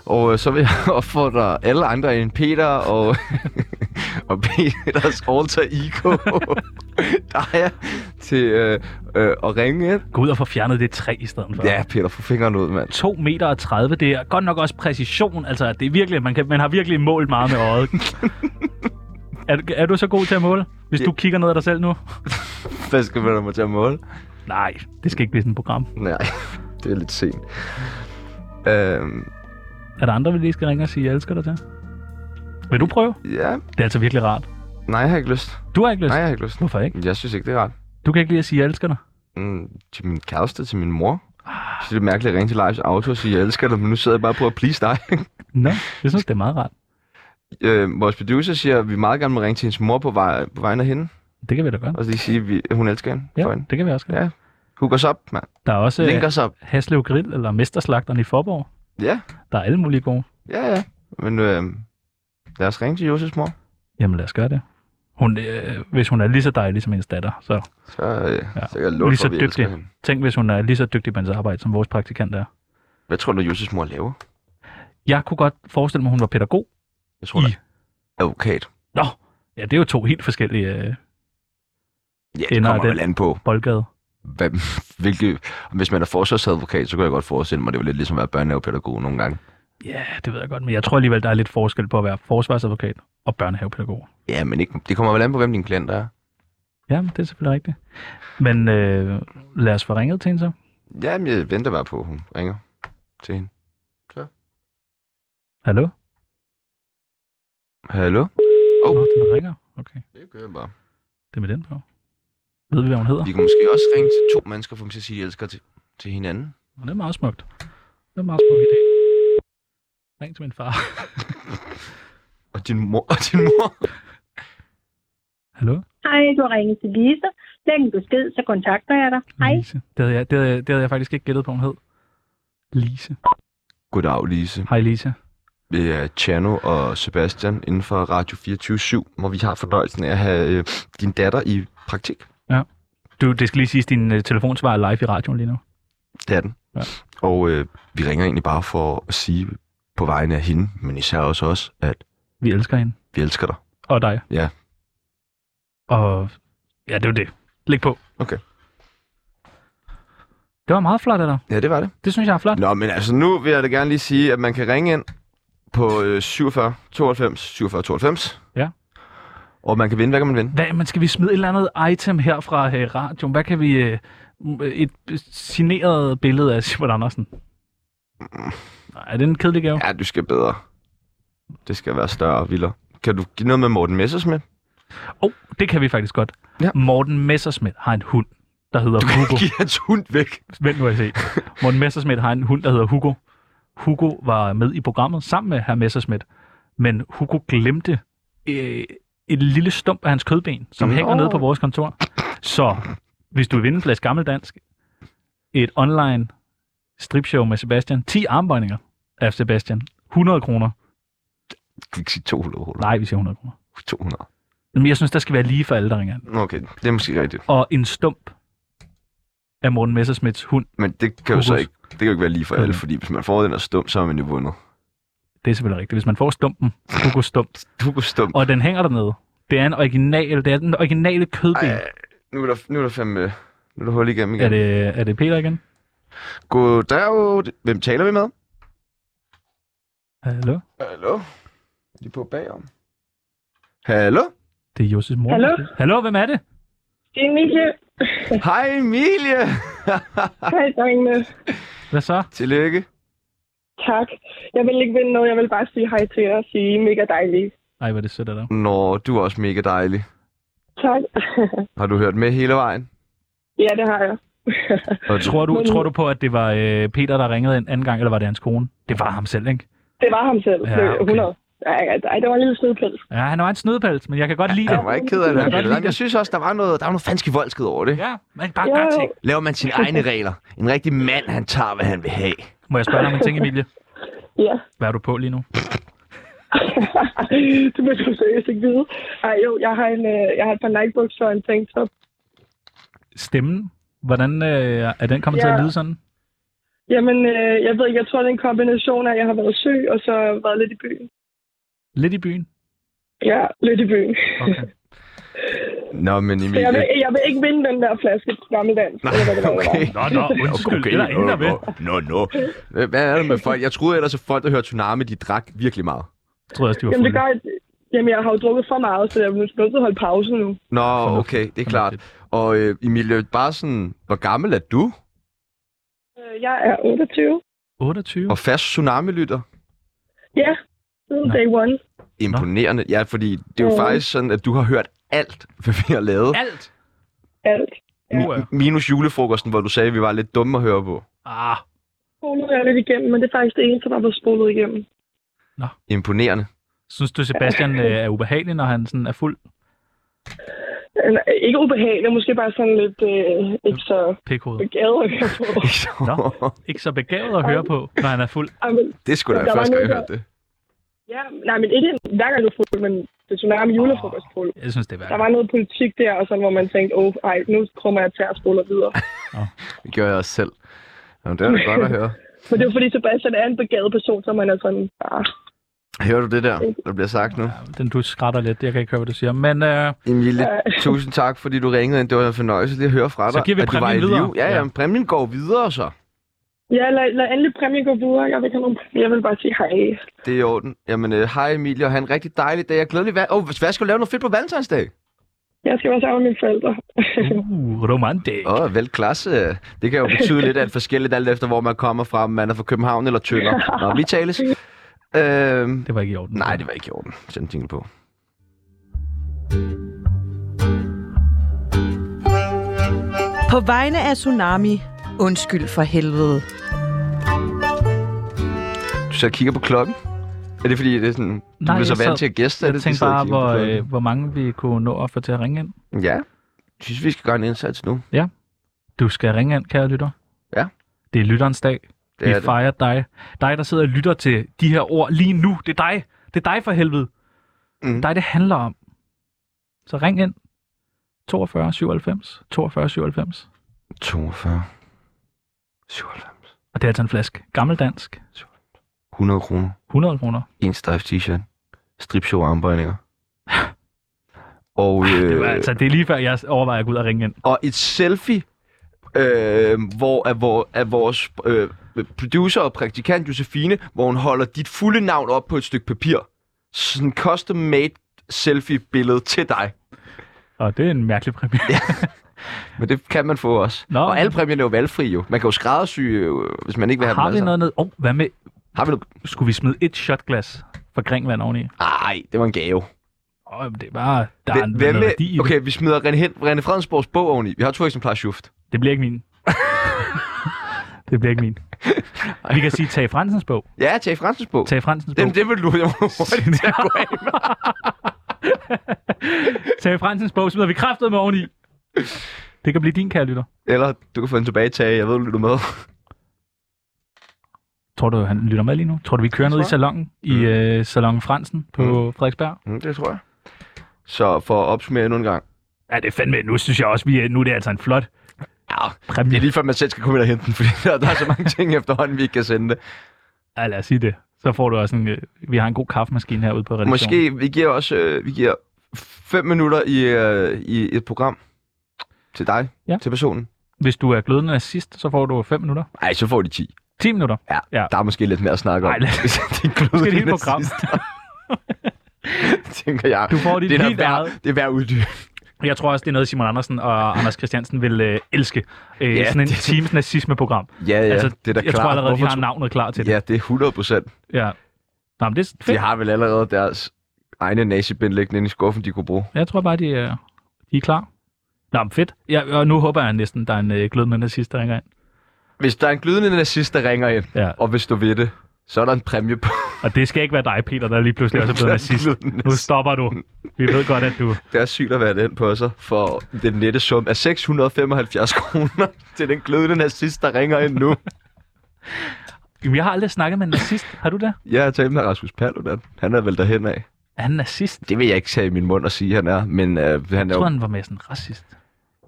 Og øh, så vil jeg opfordre alle andre end Peter og, og Peters alter ego, dig, til øh, øh, at ringe ind.
Gå ud og få fjernet det træ i stedet for.
Ja, Peter, få fingeren ud, mand.
2 meter og 30, det er godt nok også præcision. Altså, det er virkelig, man, kan, man har virkelig målt meget med øjet. er, du- er du så god til at måle? Hvis
Ja.
du kigger ned ad dig selv nu?
Hvad skal man da må til at måle?
Nej, det skal ikke blive sådan et program.
Nej, det er lidt sent. Øhm,
Er der andre, vi lige skal ringe og sige, jeg elsker dig til? Vil du prøve?
ja,
Det er altså virkelig rart.
nej, jeg har ikke lyst.
Du har ikke lyst?
Nej, jeg har ikke lyst.
Hvorfor ikke?
Jeg synes ikke, det er rart.
Du kan ikke lige at sige, jeg elsker dig.
Mm, til min kæreste, til min mor. Så det er mærkeligt at ringe til Lives Auto og sige, jeg elsker dig, men nu sidder jeg bare på at please dig.
Nå, jeg synes, det er meget rart.
øh, vores producer siger, at vi meget gerne må ringe til hendes mor på, vej, på vejen af hende,
Det kan vi da godt.
og lige sige, at vi, at hun elsker hende.
Ja,
For hende.
det kan vi også godt.
Ja. Hook os op, mand.
Der er også
Link
øh,
os op.
Haslev Grill eller Mesterslagteren i Forborg.
Ja,
Der er alle mulige gode.
ja, ja. Men øh, lad os ringe til Josefs mor.
Jamen lad os gøre det. Hun, øh, hvis hun er lige så dejlig som hendes datter, så
Så, øh,
Ja.
ja. så kan jeg love
Lige så
for, at vi elsker
dygtig.
hende.
tænk, hvis hun er lige så dygtig på hendes arbejde, som vores praktikant er.
Hvad tror du, Josefs mor laver?
Jeg kunne godt forestille mig, hun var pædagog.
Jeg tror, I...
I-
advokat.
Nå, ja, det er jo to helt forskellige
Ja,
øh, Ender
det kommer
den.
vel an på.
boldgade.
hvad, hvilke, hvis man er forsvarsadvokat, så kan jeg godt forestille mig, at det var lidt ligesom at være børnehavepædagog nogle gange.
Ja, det ved jeg godt, men jeg tror alligevel, der er lidt forskel på at være forsvarsadvokat og børnehavepædagog.
Ja, men ikke, det kommer vel an på, hvem din klient er.
Ja, det er selvfølgelig rigtigt. Men øh, lad os få ringet til hende så.
Jamen, jeg venter bare på, at hun ringer til hende.
Hallo?
Hallo?
Oh.
Oh.
Nå, den ringer. Okay,
Det kører bare.
det er med den på. Ved vi, hvad hun hedder?
Vi kan måske også ringe til to mennesker, for dem til at sige, at de elsker til, til hinanden.
Og det er meget smukt. Det er en meget smukt idé. Ring til min far.
Og din mor. Og din mor.
Hallo?
Hej, du har ringet til Lise. Læg en besked, så kontakter jeg dig. Hej.
Lise. Det havde, jeg, det, havde, jeg- det havde jeg faktisk ikke gættet på, hun hed. Lise.
Goddag, Lise.
Hej, Lise.
Det er Chano og Sebastian inden for Radio 24 hvor vi har fornøjelsen af at have øh, din datter i praktik.
Du, det skal lige siges, din uh, telefonsvar er live i radioen lige nu.
Det er den.
Ja.
Og øh, vi ringer egentlig bare for at sige på vegne af hende, men især også os, at
Vi elsker hende.
vi elsker dig.
Og dig.
Ja.
Og ja, det var det. Læg på.
Okay.
Det var meget flot af dig.
Ja, det var det.
Det synes jeg er flot.
Nå, men altså nu vil jeg da gerne lige sige, at man kan ringe ind på øh, 47 92 47 92.
Ja.
Og man kan vinde, hvad kan man vinde?
Hvad, men skal vi smide et eller andet item her fra øh, radioen? Hvad kan vi... Øh, m- et øh, signeret billede af Simon Andersen?
Mm.
Nej, er det en kedelig gave?
Ja, du skal bedre. Det skal være større og vildere. Kan du give noget med Morten Messersmith?
Oh, det kan vi faktisk godt.
Ja.
Morten Messerschmidt har en hund, der hedder Hugo.
Giv hans hund væk.
Vent nu, jeg se. Morten Messerschmidt har en hund, der hedder Hugo. Hugo var med i programmet sammen med herr Messerschmidt, men Hugo glemte øh, et lille stump af hans kødben, som
Nå.
hænger nede på vores kontor. Så hvis du vil vinde en flaske gammeldansk, et online stripshow med Sebastian, 10 armbøjninger af Sebastian, 100 kroner.
Du kan ikke sige 200 kroner.
Nej, vi siger 100 kroner.
200.
Men jeg synes, der skal være lige for alle, der ringer. ind.
Okay, det er måske rigtigt.
Og en stump af Morten Messerschmidts hund.
Men det kan jo så
Kokos.
ikke, det kan jo ikke være lige for
Mm.
alle, fordi hvis man får den og stum, så er man jo vundet.
Det er selvfølgelig rigtigt. Hvis man får stumpen, Hugo stump,
Du kan stum.
og den hænger dernede. Det er en original, det er den originale kødben. Ej,
Ej, nu er der, nu er der fandme... Nu er der hul igennem igen.
er, det, er det Peter igen?
Goddag. Hvem taler vi med?
Hallo?
Hallo? De er på bagom. Hallo?
Det er Josses mor.
Hallo?
måske. Hallo, hvem er det?
Det er Mille.
Hej Emilie!
Hej, drengene.
Hvad så?
Tillykke.
Tak. Jeg vil ikke vinde noget. Jeg vil bare sige hej til jer og sige mega dejligt.
Ej, hvor er det sødt af dig.
Nå, du er også mega dejlig.
Tak.
Har du hørt med hele vejen?
ja, det har jeg.
Og
Tror du,
Men-
tror du på, at det var øh, Peter, der ringede en anden gang, eller var det hans kone? Det var ham selv, ikke?
det var ham selv.
Ja,
Det var
okay.
100. Ej, ej, det var en lille snedpils.
Ja, han var en snødepels, men jeg kan godt lide
Jeg var
det.
ikke ked af det.
Jeg kan godt lide
Emilie.
det.
Jeg synes også, der var noget, der var noget fanske voldsked over det.
Ja, men bare
Jo,
godt
jo.
ting.
Laver man sine egne regler. En rigtig mand, han tager, hvad han vil have.
Må jeg spørge dig om en ting, Emilie?
Ja.
Hvad er du på lige nu?
det vil du seriøst ikke vide. Ej, jo, jeg har, en, øh, jeg har et par Nike-bukser og en tanktop.
Stemmen? Hvordan øh, er den kommet
Ja.
til at lyde sådan?
Jamen, øh, jeg ved ikke, jeg tror, det er en kombination af, at jeg har været syg, og så været lidt i byen.
Lidt i byen?
Ja, lidt i byen.
Okay.
Nå, men
Så jeg, vil,
Emilie...
jeg vil ikke vinde den der flaske gammeldans. eller hvad det var, det var.
Okay.
Nå, nå, undskyld. Okay, det er der ingen, der ved.
Nå, nå. Hvad er det med folk? Jeg troede ellers, at folk, der hører Tsunami, de drak virkelig meget.
Jeg troede også, de var
Jamen, det
fulde.
gør, at, jamen, jeg har jo drukket for meget, så jeg er nødt til at holde pause nu.
Nå,
Fornuftigt.
okay, det er klart. Og øh, Emilie, bare sådan, hvor gammel er du?
Øh, Jeg er 28.
28?
Og fast Tsunami-lytter?
Ja, siden
Nå.
day one.
Imponerende. Ja, fordi det er jo
Ja.
faktisk sådan, at du har hørt alt, hvad vi har lavet.
Alt? Uh,
Alt.
Ja.
Minus julefrokosten, hvor du sagde, at vi var lidt dumme at høre på.
Ah,
Spolede jeg lidt igennem, men det er faktisk det eneste, der var spolet igennem.
Imponerende.
Synes du, Sebastian øh, er ubehagelig, når han sådan er fuld?
Eller, øh, Ikke ubehageligt, måske bare sådan lidt øh, ikke så
Pikhoved.
begavet at høre på.
Nå. Ikke så begavet at høre på, når han er fuld.
Ej, men,
det skulle
Der
da
var
første gang,
noget,
jeg hørte det.
ja, nej, men ikke hver gang du er fuld, men det er tsunami julefrokost fuld.
Jeg synes, det er
Der
værd.
var noget politik der, og sådan, hvor man tænkte, åh, oh, ej, nu krummer jeg til at spole videre.
Det gjorde jeg også selv. Jamen, det er da godt at høre.
Men det er jo fordi, Sebastian er en begavet person, så man er sådan, ah,
Hører du det der, der bliver sagt nu?
Den, du skrætter lidt, jeg kan ikke høre, hvad du siger. Men øh,
Jamen, Jille,
Ja.
tusind tak, fordi du ringede ind. Det var en fornøjelse lige at høre fra dig.
Så giver vi
at du var
præmien
i live.
videre.
Ja, ja,
Ja.
men præmien går videre så.
Ja, lad, lad endelig præmien gå videre. Jeg vil ikke have nogen præmie. Jeg vil bare sige hej.
Det er i orden. Jamen, øh, hej Emilie, og have en rigtig dejlig dag. Jeg glæder mig. Åh, oh, hvad skal du lave noget fedt på valentinsdag?
Jeg skal være sammen med mine forældre.
uh, romantik.
Åh, oh, vel klasse. Det kan jo betyde lidt alt forskelligt, alt efter hvor man kommer fra, om man er fra København eller Tønder. Nå, vi tales. Øhm,
Det var ikke i orden.
nej, det var ikke i orden. Send en jingle på.
På vegne af Tsunami, undskyld for helvede.
Du så kigger på klokken. Er det fordi, det er sådan, du
Nej,
bliver så
jeg
vant
sad-
til at gæste?
Jeg
det,
tænkte
sidder og
bare,
kigger på
hvor,
klokken?
øh, hvor øh, mange vi kunne nå at få til at ringe ind.
Ja. Jeg synes, vi skal gøre en indsats nu.
Du skal ringe ind, kære lytter.
Ja.
Det er lytterens dag.
Det
vi
er det.
fejrer dig. Dig, der sidder og lytter til de her ord lige nu. Det er dig. Det er dig for helvede.
Mm.
Mm. Dig, det handler om. Så ring ind. 42 97 42 97.
42. 97.
Og det er altså en flaske. Gammeldansk.
100 kroner.
100 kroner.
En strif t-shirt. Stripshow og armbøjninger. Og, øh,
Det, var, altså, det er lige før, jeg overvejer at gå ud og ringe ind.
og et selfie, øh, hvor at, hvor at vores øh, producer og praktikant Josefine, hvor hun holder dit fulde navn op på et stykke papir. Sådan en custom made selfie-billede til dig.
Og det er en mærkelig præmie.
Men det kan man få også.
Nå.
Og alle præmierne er jo valgfri jo. Man kan jo skræddersy, øh, hvis man ikke vil have
Har
dem
vi
alle
noget ned? Oh, hvad med,
sammen. Har vi noget?
skulle vi smide et shotglas fra Gringland oveni?
Ej, det var en gave.
Åh, oh, det er bare, der er en
Hvem-
noget værdi i det.
Okay, vi smider René, Hen- René Fredensborgs bog oveni. Vi har to eksemplarer schuft.
Det bliver ikke min. det bliver ikke min. Vi kan sige Tage Fransens bog.
Ja, Tage Fransens bog.
Tage Fransens bog.
Dem, det vil du jeg må hurtigt tage gå af med.
Tage Fransens bog smider vi kraftet med oveni. Det kan blive din, kære lytter.
Eller du kan få den tilbage, Tage. Jeg ved, du lytter med.
Tror du, han lytter med lige nu? Tror du, vi kører ned i salongen? I øh, Salon Fransen på Frederiksberg?
Mm, det tror jeg. Så for at opsummere endnu en gang.
Ja, det er fandme. Nu synes jeg også, vi er, nu er det altså en flot
Ja, det
præmie.
er lige før, man selv skal komme ind og hente den, fordi der, der er så mange ting efterhånden, vi ikke kan sende det.
Ja, lad os sige det. Så får du også en... Øh, vi har en god kaffemaskine herude på redaktionen.
Måske vi giver også øh, vi giver fem minutter i, øh, i et program til dig,
Ja.
til personen.
Hvis du er glødende nazist, så får du 5 minutter.
Nej, så får de 10.
10 minutter.
Ja,
Ja.
der er måske lidt mere at snakke om.
Ej, lad-
hvis det er glødende
Skal det hele program?
nazister. tænker jeg.
Du får dit
det er da
helt
værd,
eget.
det er værd at uddybe.
Jeg tror også, det er noget, Simon Andersen og Anders Christiansen vil øh, elske. Øh,
Ja,
ja, sådan en
det-
det... Teams nazisme-program.
Ja, ja, altså, det er da
jeg
klart.
tror allerede, de
Hvorfor
har
tro-
navnet klar til det.
Ja, det er 100 procent.
Ja. Nå, men det er
De
fedt.
har vel allerede deres egne nazibind liggende inde i skuffen, de kunne bruge.
Jeg tror bare, de, øh, de er klar. Nå, men fedt. Ja, og nu håber jeg næsten, der er en øh, glødende nazist, der ringer ind.
Hvis der er en glødende nazist, der ringer ind,
Ja.
og hvis du ved det, så er der en præmie på
Og det skal ikke være dig, Peter, der lige pludselig også er blevet nazist. Nu stopper du. Vi ved godt, at du...
Det er sygt at være den på sig for den nette sum af 675 kroner til den glødende nazist, der ringer ind nu.
Jamen, jeg har aldrig snakket med en nazist. Har du det?
Jeg har talt med Rasmus Paludan. Han er vel derhen af.
Er han nazist?
Det vil jeg ikke tage i min mund og sige, han er. Men øh, han
Jeg
er
tror,
jo...
han var mere sådan racist.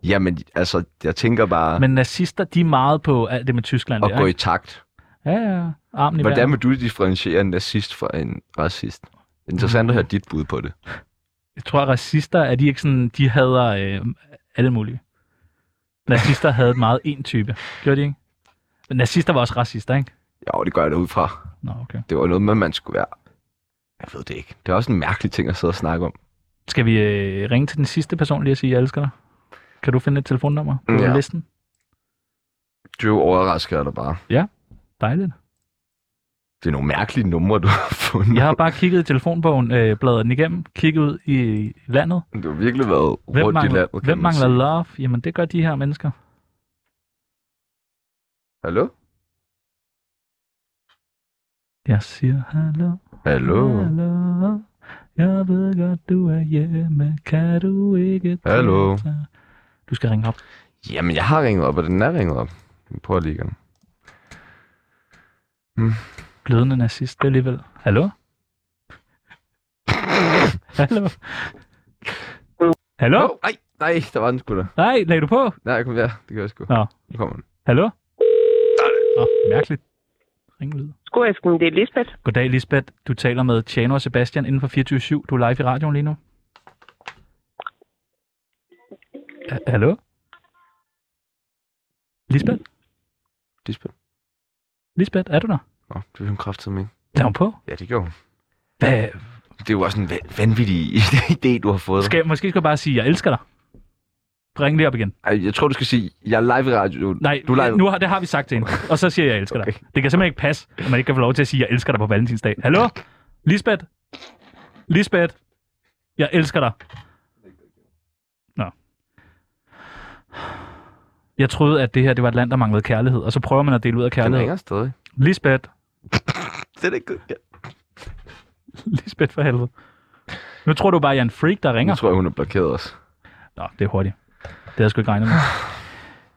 Jamen, altså, jeg tænker bare
Men nazister, de er meget på alt det med Tyskland.
at
der,
gå i
ikke?
takt.
Ja, ja. Armen
Hvordan
i Hvordan?
vil du differentiere en nazist fra en racist? Interessant at høre dit bud på det.
Jeg tror, at racister, er de ikke sådan, de hader øh, alle mulige. Nazister havde et meget en type. Gjorde de ikke? Men nazister var også racister, ikke?
Jo, det gør jeg da ud fra.
Nå, okay.
Det var noget med, at man skulle være... Jeg ved det ikke. Det er også en mærkelig ting at sidde og snakke om.
Skal vi øh, ringe til den sidste person lige og sige, jeg elsker dig? Kan du finde et telefonnummer på
Ja.
ja. listen?
Du overrasker dig bare.
Dejligt.
Det er nogle mærkelige numre, du har fundet.
Jeg har bare kigget i telefonbogen, øh, bladret den igennem, kigget ud i landet.
Du har virkelig været
Hvem
rundt i
mangler,
landet, kan
hvem
man
mangler
sige.
love? Jamen, det gør de her mennesker.
Hallo?
Jeg siger hallo.
Hallo?
Hallo. Jeg ved godt, du er hjemme. Kan du ikke... tage
Hallo.
sig- Du skal ringe op.
Jamen, jeg har ringet op, og den er ringet op. Vi prøver lige igen.
Glødende nazist, det er alligevel. Hallo? Hallo? Hallo?
Åh, oh, nej, nej, der var den sgu da.
Nej, lagde du på?
Nej, kom her. Det gør jeg sgu.
Nå.
Nu kommer den.
Hallo? Nå, mærkeligt. Ingen lyd.
God aften, det er Lisbeth.
Goddag, Lisbeth. Du taler med Tjano og Sebastian inden for 24 Du er live i radioen lige nu. A- Hallo? Lisbeth?
Lisbeth?
Lisbeth, er du der?
Nå, det vil hun kraftedeme ikke.
Er hun på?
Ja, det gjorde hun.
Hvad?
Det er jo også en va- vanvittig idé, du har fået.
Skal, måske skal jeg bare sige, jeg elsker dig. Ring lige op igen.
Ej, jeg tror, du skal sige, jeg er live i radioen.
Nej,
du er live.
nu har, det har vi sagt til hende. Og så siger jeg, jeg elsker dig. Det kan simpelthen ikke passe, at man ikke kan få lov til at sige, jeg elsker dig på valentinsdag. Hallo? Lisbeth? Lisbeth? Jeg elsker dig. Nå. Jeg troede, at det her det var et land, der manglede kærlighed, og så prøver man at dele ud af
Han
kærlighed.
ringer stadig.
Lisbeth?
Det er da ikke ja.
Lisbeth for helvede. Nu tror du bare, at jeg er en freak, der ringer.
Nu tror jeg, hun er blokeret os.
Nå, det er hurtigt. Det havde jeg sgu ikke regnet med.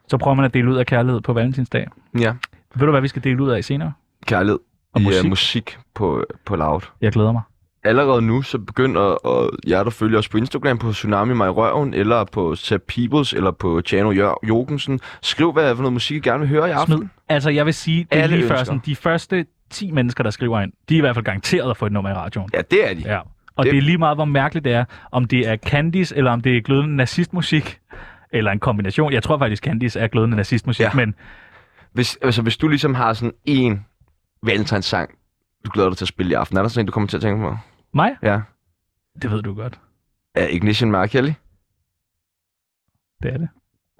Så prøver man at dele ud af kærlighed på valentinsdag.
Ja.
Ved du, hvad vi skal dele ud af senere?
Kærlighed.
Og
I, øh,
musik.
musik på, øh, på loud.
Jeg glæder mig.
allerede nu, så begynd at, og jer, der følger os på Instagram på Tsunami Mig i Røven, eller på Sepp Peoples, eller på Tjano Jør- Jorgensen. Skriv, hvad for noget musik, I gerne vil høre i aften.
Smid. Altså, jeg vil sige, det er
Alle
lige før,
ønsker.
sådan, de første 10 mennesker, der skriver ind, de er i hvert fald garanteret at få et nummer i radioen.
Ja, det er de.
Ja. Og det...
Det-
det er lige meget, hvor mærkeligt det er, om det er Candice, eller om det er glødende nazistmusik, eller en kombination. Jeg tror faktisk, Candice er glødende nazistmusik,
Ja.
ja. men
Hvis, altså, hvis du ligesom har sådan en valentinssang, du glæder dig til at spille i aften, er der sådan en, du kommer til at tænke på?
mig,
Ja.
det ved du godt.
Er Ignition Mark Kelly?
Det er det.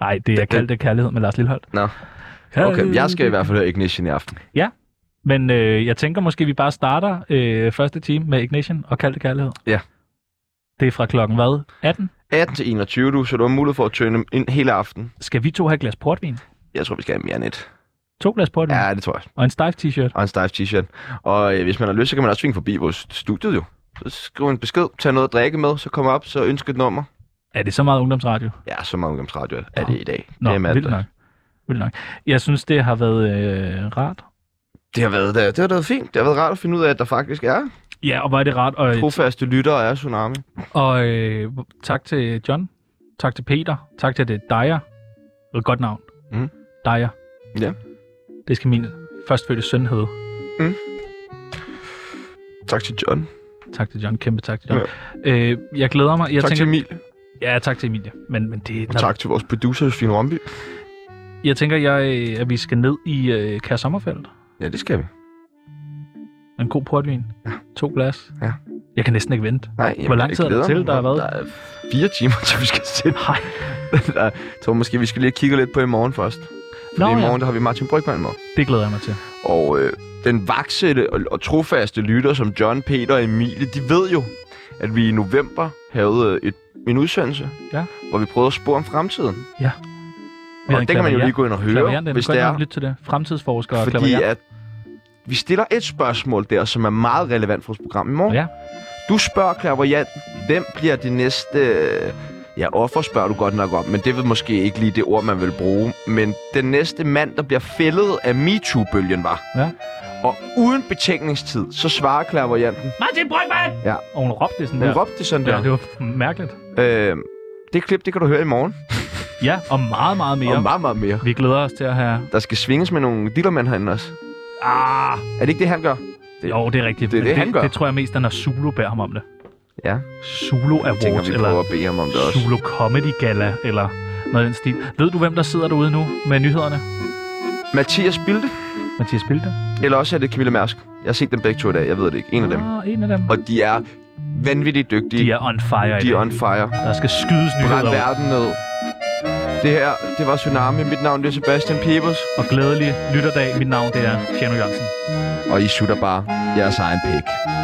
Nej, det er
Det-
kaldt det... kærlighed med Lars Lilleholdt.
Nå. Okay, jeg skal i hvert fald høre Ignition i aften.
Men øh, jeg tænker måske, vi bare starter øh, første time med Ignition og Kald det Kærlighed.
Ja.
Det er fra klokken hvad? 18?
18 til 21, du, så du har mulighed for at tøne ind hele aften.
Skal vi to have et glas portvin?
Jeg tror, vi skal have mere end et.
To glas portvin ja.
Ja, det tror jeg.
og en stejf t-shirt.
og en stejf t-shirt. Og øh, hvis man har lyst, så kan man også svinge forbi vores studie jo. Så skriv en besked, tag noget at drikke med, så kom op, så ønsk et nummer.
Er det så meget ungdomsradio?
Ja, så meget ungdomsradio er det i dag.
Nå,
det, er
Jamen, vildt nok. Vildt nok. Jeg synes, det har været øh, rart.
det har været, øh, det har været fint. Det har været rart at finde ud af, at der faktisk er
Ja, og hvor er det rart. Og,
profaste lyttere af Tsunami.
og øh, tak til John. Tak til Peter. Tak til det Dyer. Et godt navn.
Mm.
Dyer.
Ja.
Det skal min førstfødte søn hedde.
Tak til John.
Tak til John. Kæmpe tak til John. Ja. Øh, jeg glæder mig. Jeg
Jeg tak
tænker,
tænker... til Emil.
Ja, tak til Emilie. Men, men det,
Og tak til vores producer, Josefine Romby.
Jeg tænker, jeg, øh, at vi skal ned i øh, Kære Sommerfelt.
Ja, det skal vi.
En god portvin. Ja. To glas.
Ja.
Jeg kan næsten ikke vente.
Nej, jamen,
Hvor lang
jeg
tid er der
glæder
til,
mig.
der er hvad?
Der er fire timer, til vi skal sætte.
Hej.
Der, er- jeg tror måske, vi skal lige kigge lidt på i morgen først. Fordi
Nå,
i
ja.
morgen, der har vi Martin Brygman med.
Det glæder jeg mig til.
Og øh, den vaksete og, og trofaste lytter som John, Peter og Emilie, de ved jo, at vi i november havde øh, et, en udsendelse,
Ja.
hvor vi prøvede at spå om fremtiden.
Ja. Vi havde
Og
en
det kan man jo
klaverjant-
lige gå ind og høre,
klaverjant,
hvis det er.
Lyt til det. Fremtidsforskere og
Fordi
klaverjant.
at vi stiller et spørgsmål der, som er meget relevant for vores program i morgen.
Ja.
Du spørger klaverjant, hvem bliver det næste... øh, Ja, offer spørger du godt nok om, men det er måske ikke lige det ord, man vil bruge. Men den næste mand, der bliver fældet af MeToo-bølgen, var.
Ja.
Og uden betænkningstid, så svarer klaverjanten.
Martin Brygman!
Ja.
Og hun råbte det sådan
Hun
der.
råbte det sådan
Ja, det
der.
var mærkeligt.
Øh, det klip, det kan du høre i morgen.
Ja, og meget, meget mere.
Og meget, meget mere.
Vi gælder os til at have...
Der skal svinges med nogle dillermænd herinde også.
Ah,
Er det ikke det, han gør? Det-
jo, det er rigtigt.
det er
men
det, han gør.
det, tror jeg mest er, når Zulu bærer ham om det.
Ja.
Zulu
Jeg tænker,
Awards,
vi prøver
eller
at bede ham om det også.
Zulu Comedy Gala, eller noget af den stil. Ved du, hvem der sidder derude nu med nyhederne?
Mathias Bilde,
Mathias Bilde?
eller også er det Camilla Mærsk. Jeg har set dem begge to i dag, jeg ved det ikke. En af dem.
Ah, en af dem.
Og de er vanvittigt dygtige.
De er on fire i
De er
dag.
on fire.
Der skal skydes
Brænd
nyheder ud.
verden ned. Det her, det var Tsunami. Mit navn det er Sebastian Peebles.
Og glædelig lytterdag. Mit navn det er Tjerno Jørgensen.
Og I sutter bare jeres egen pik.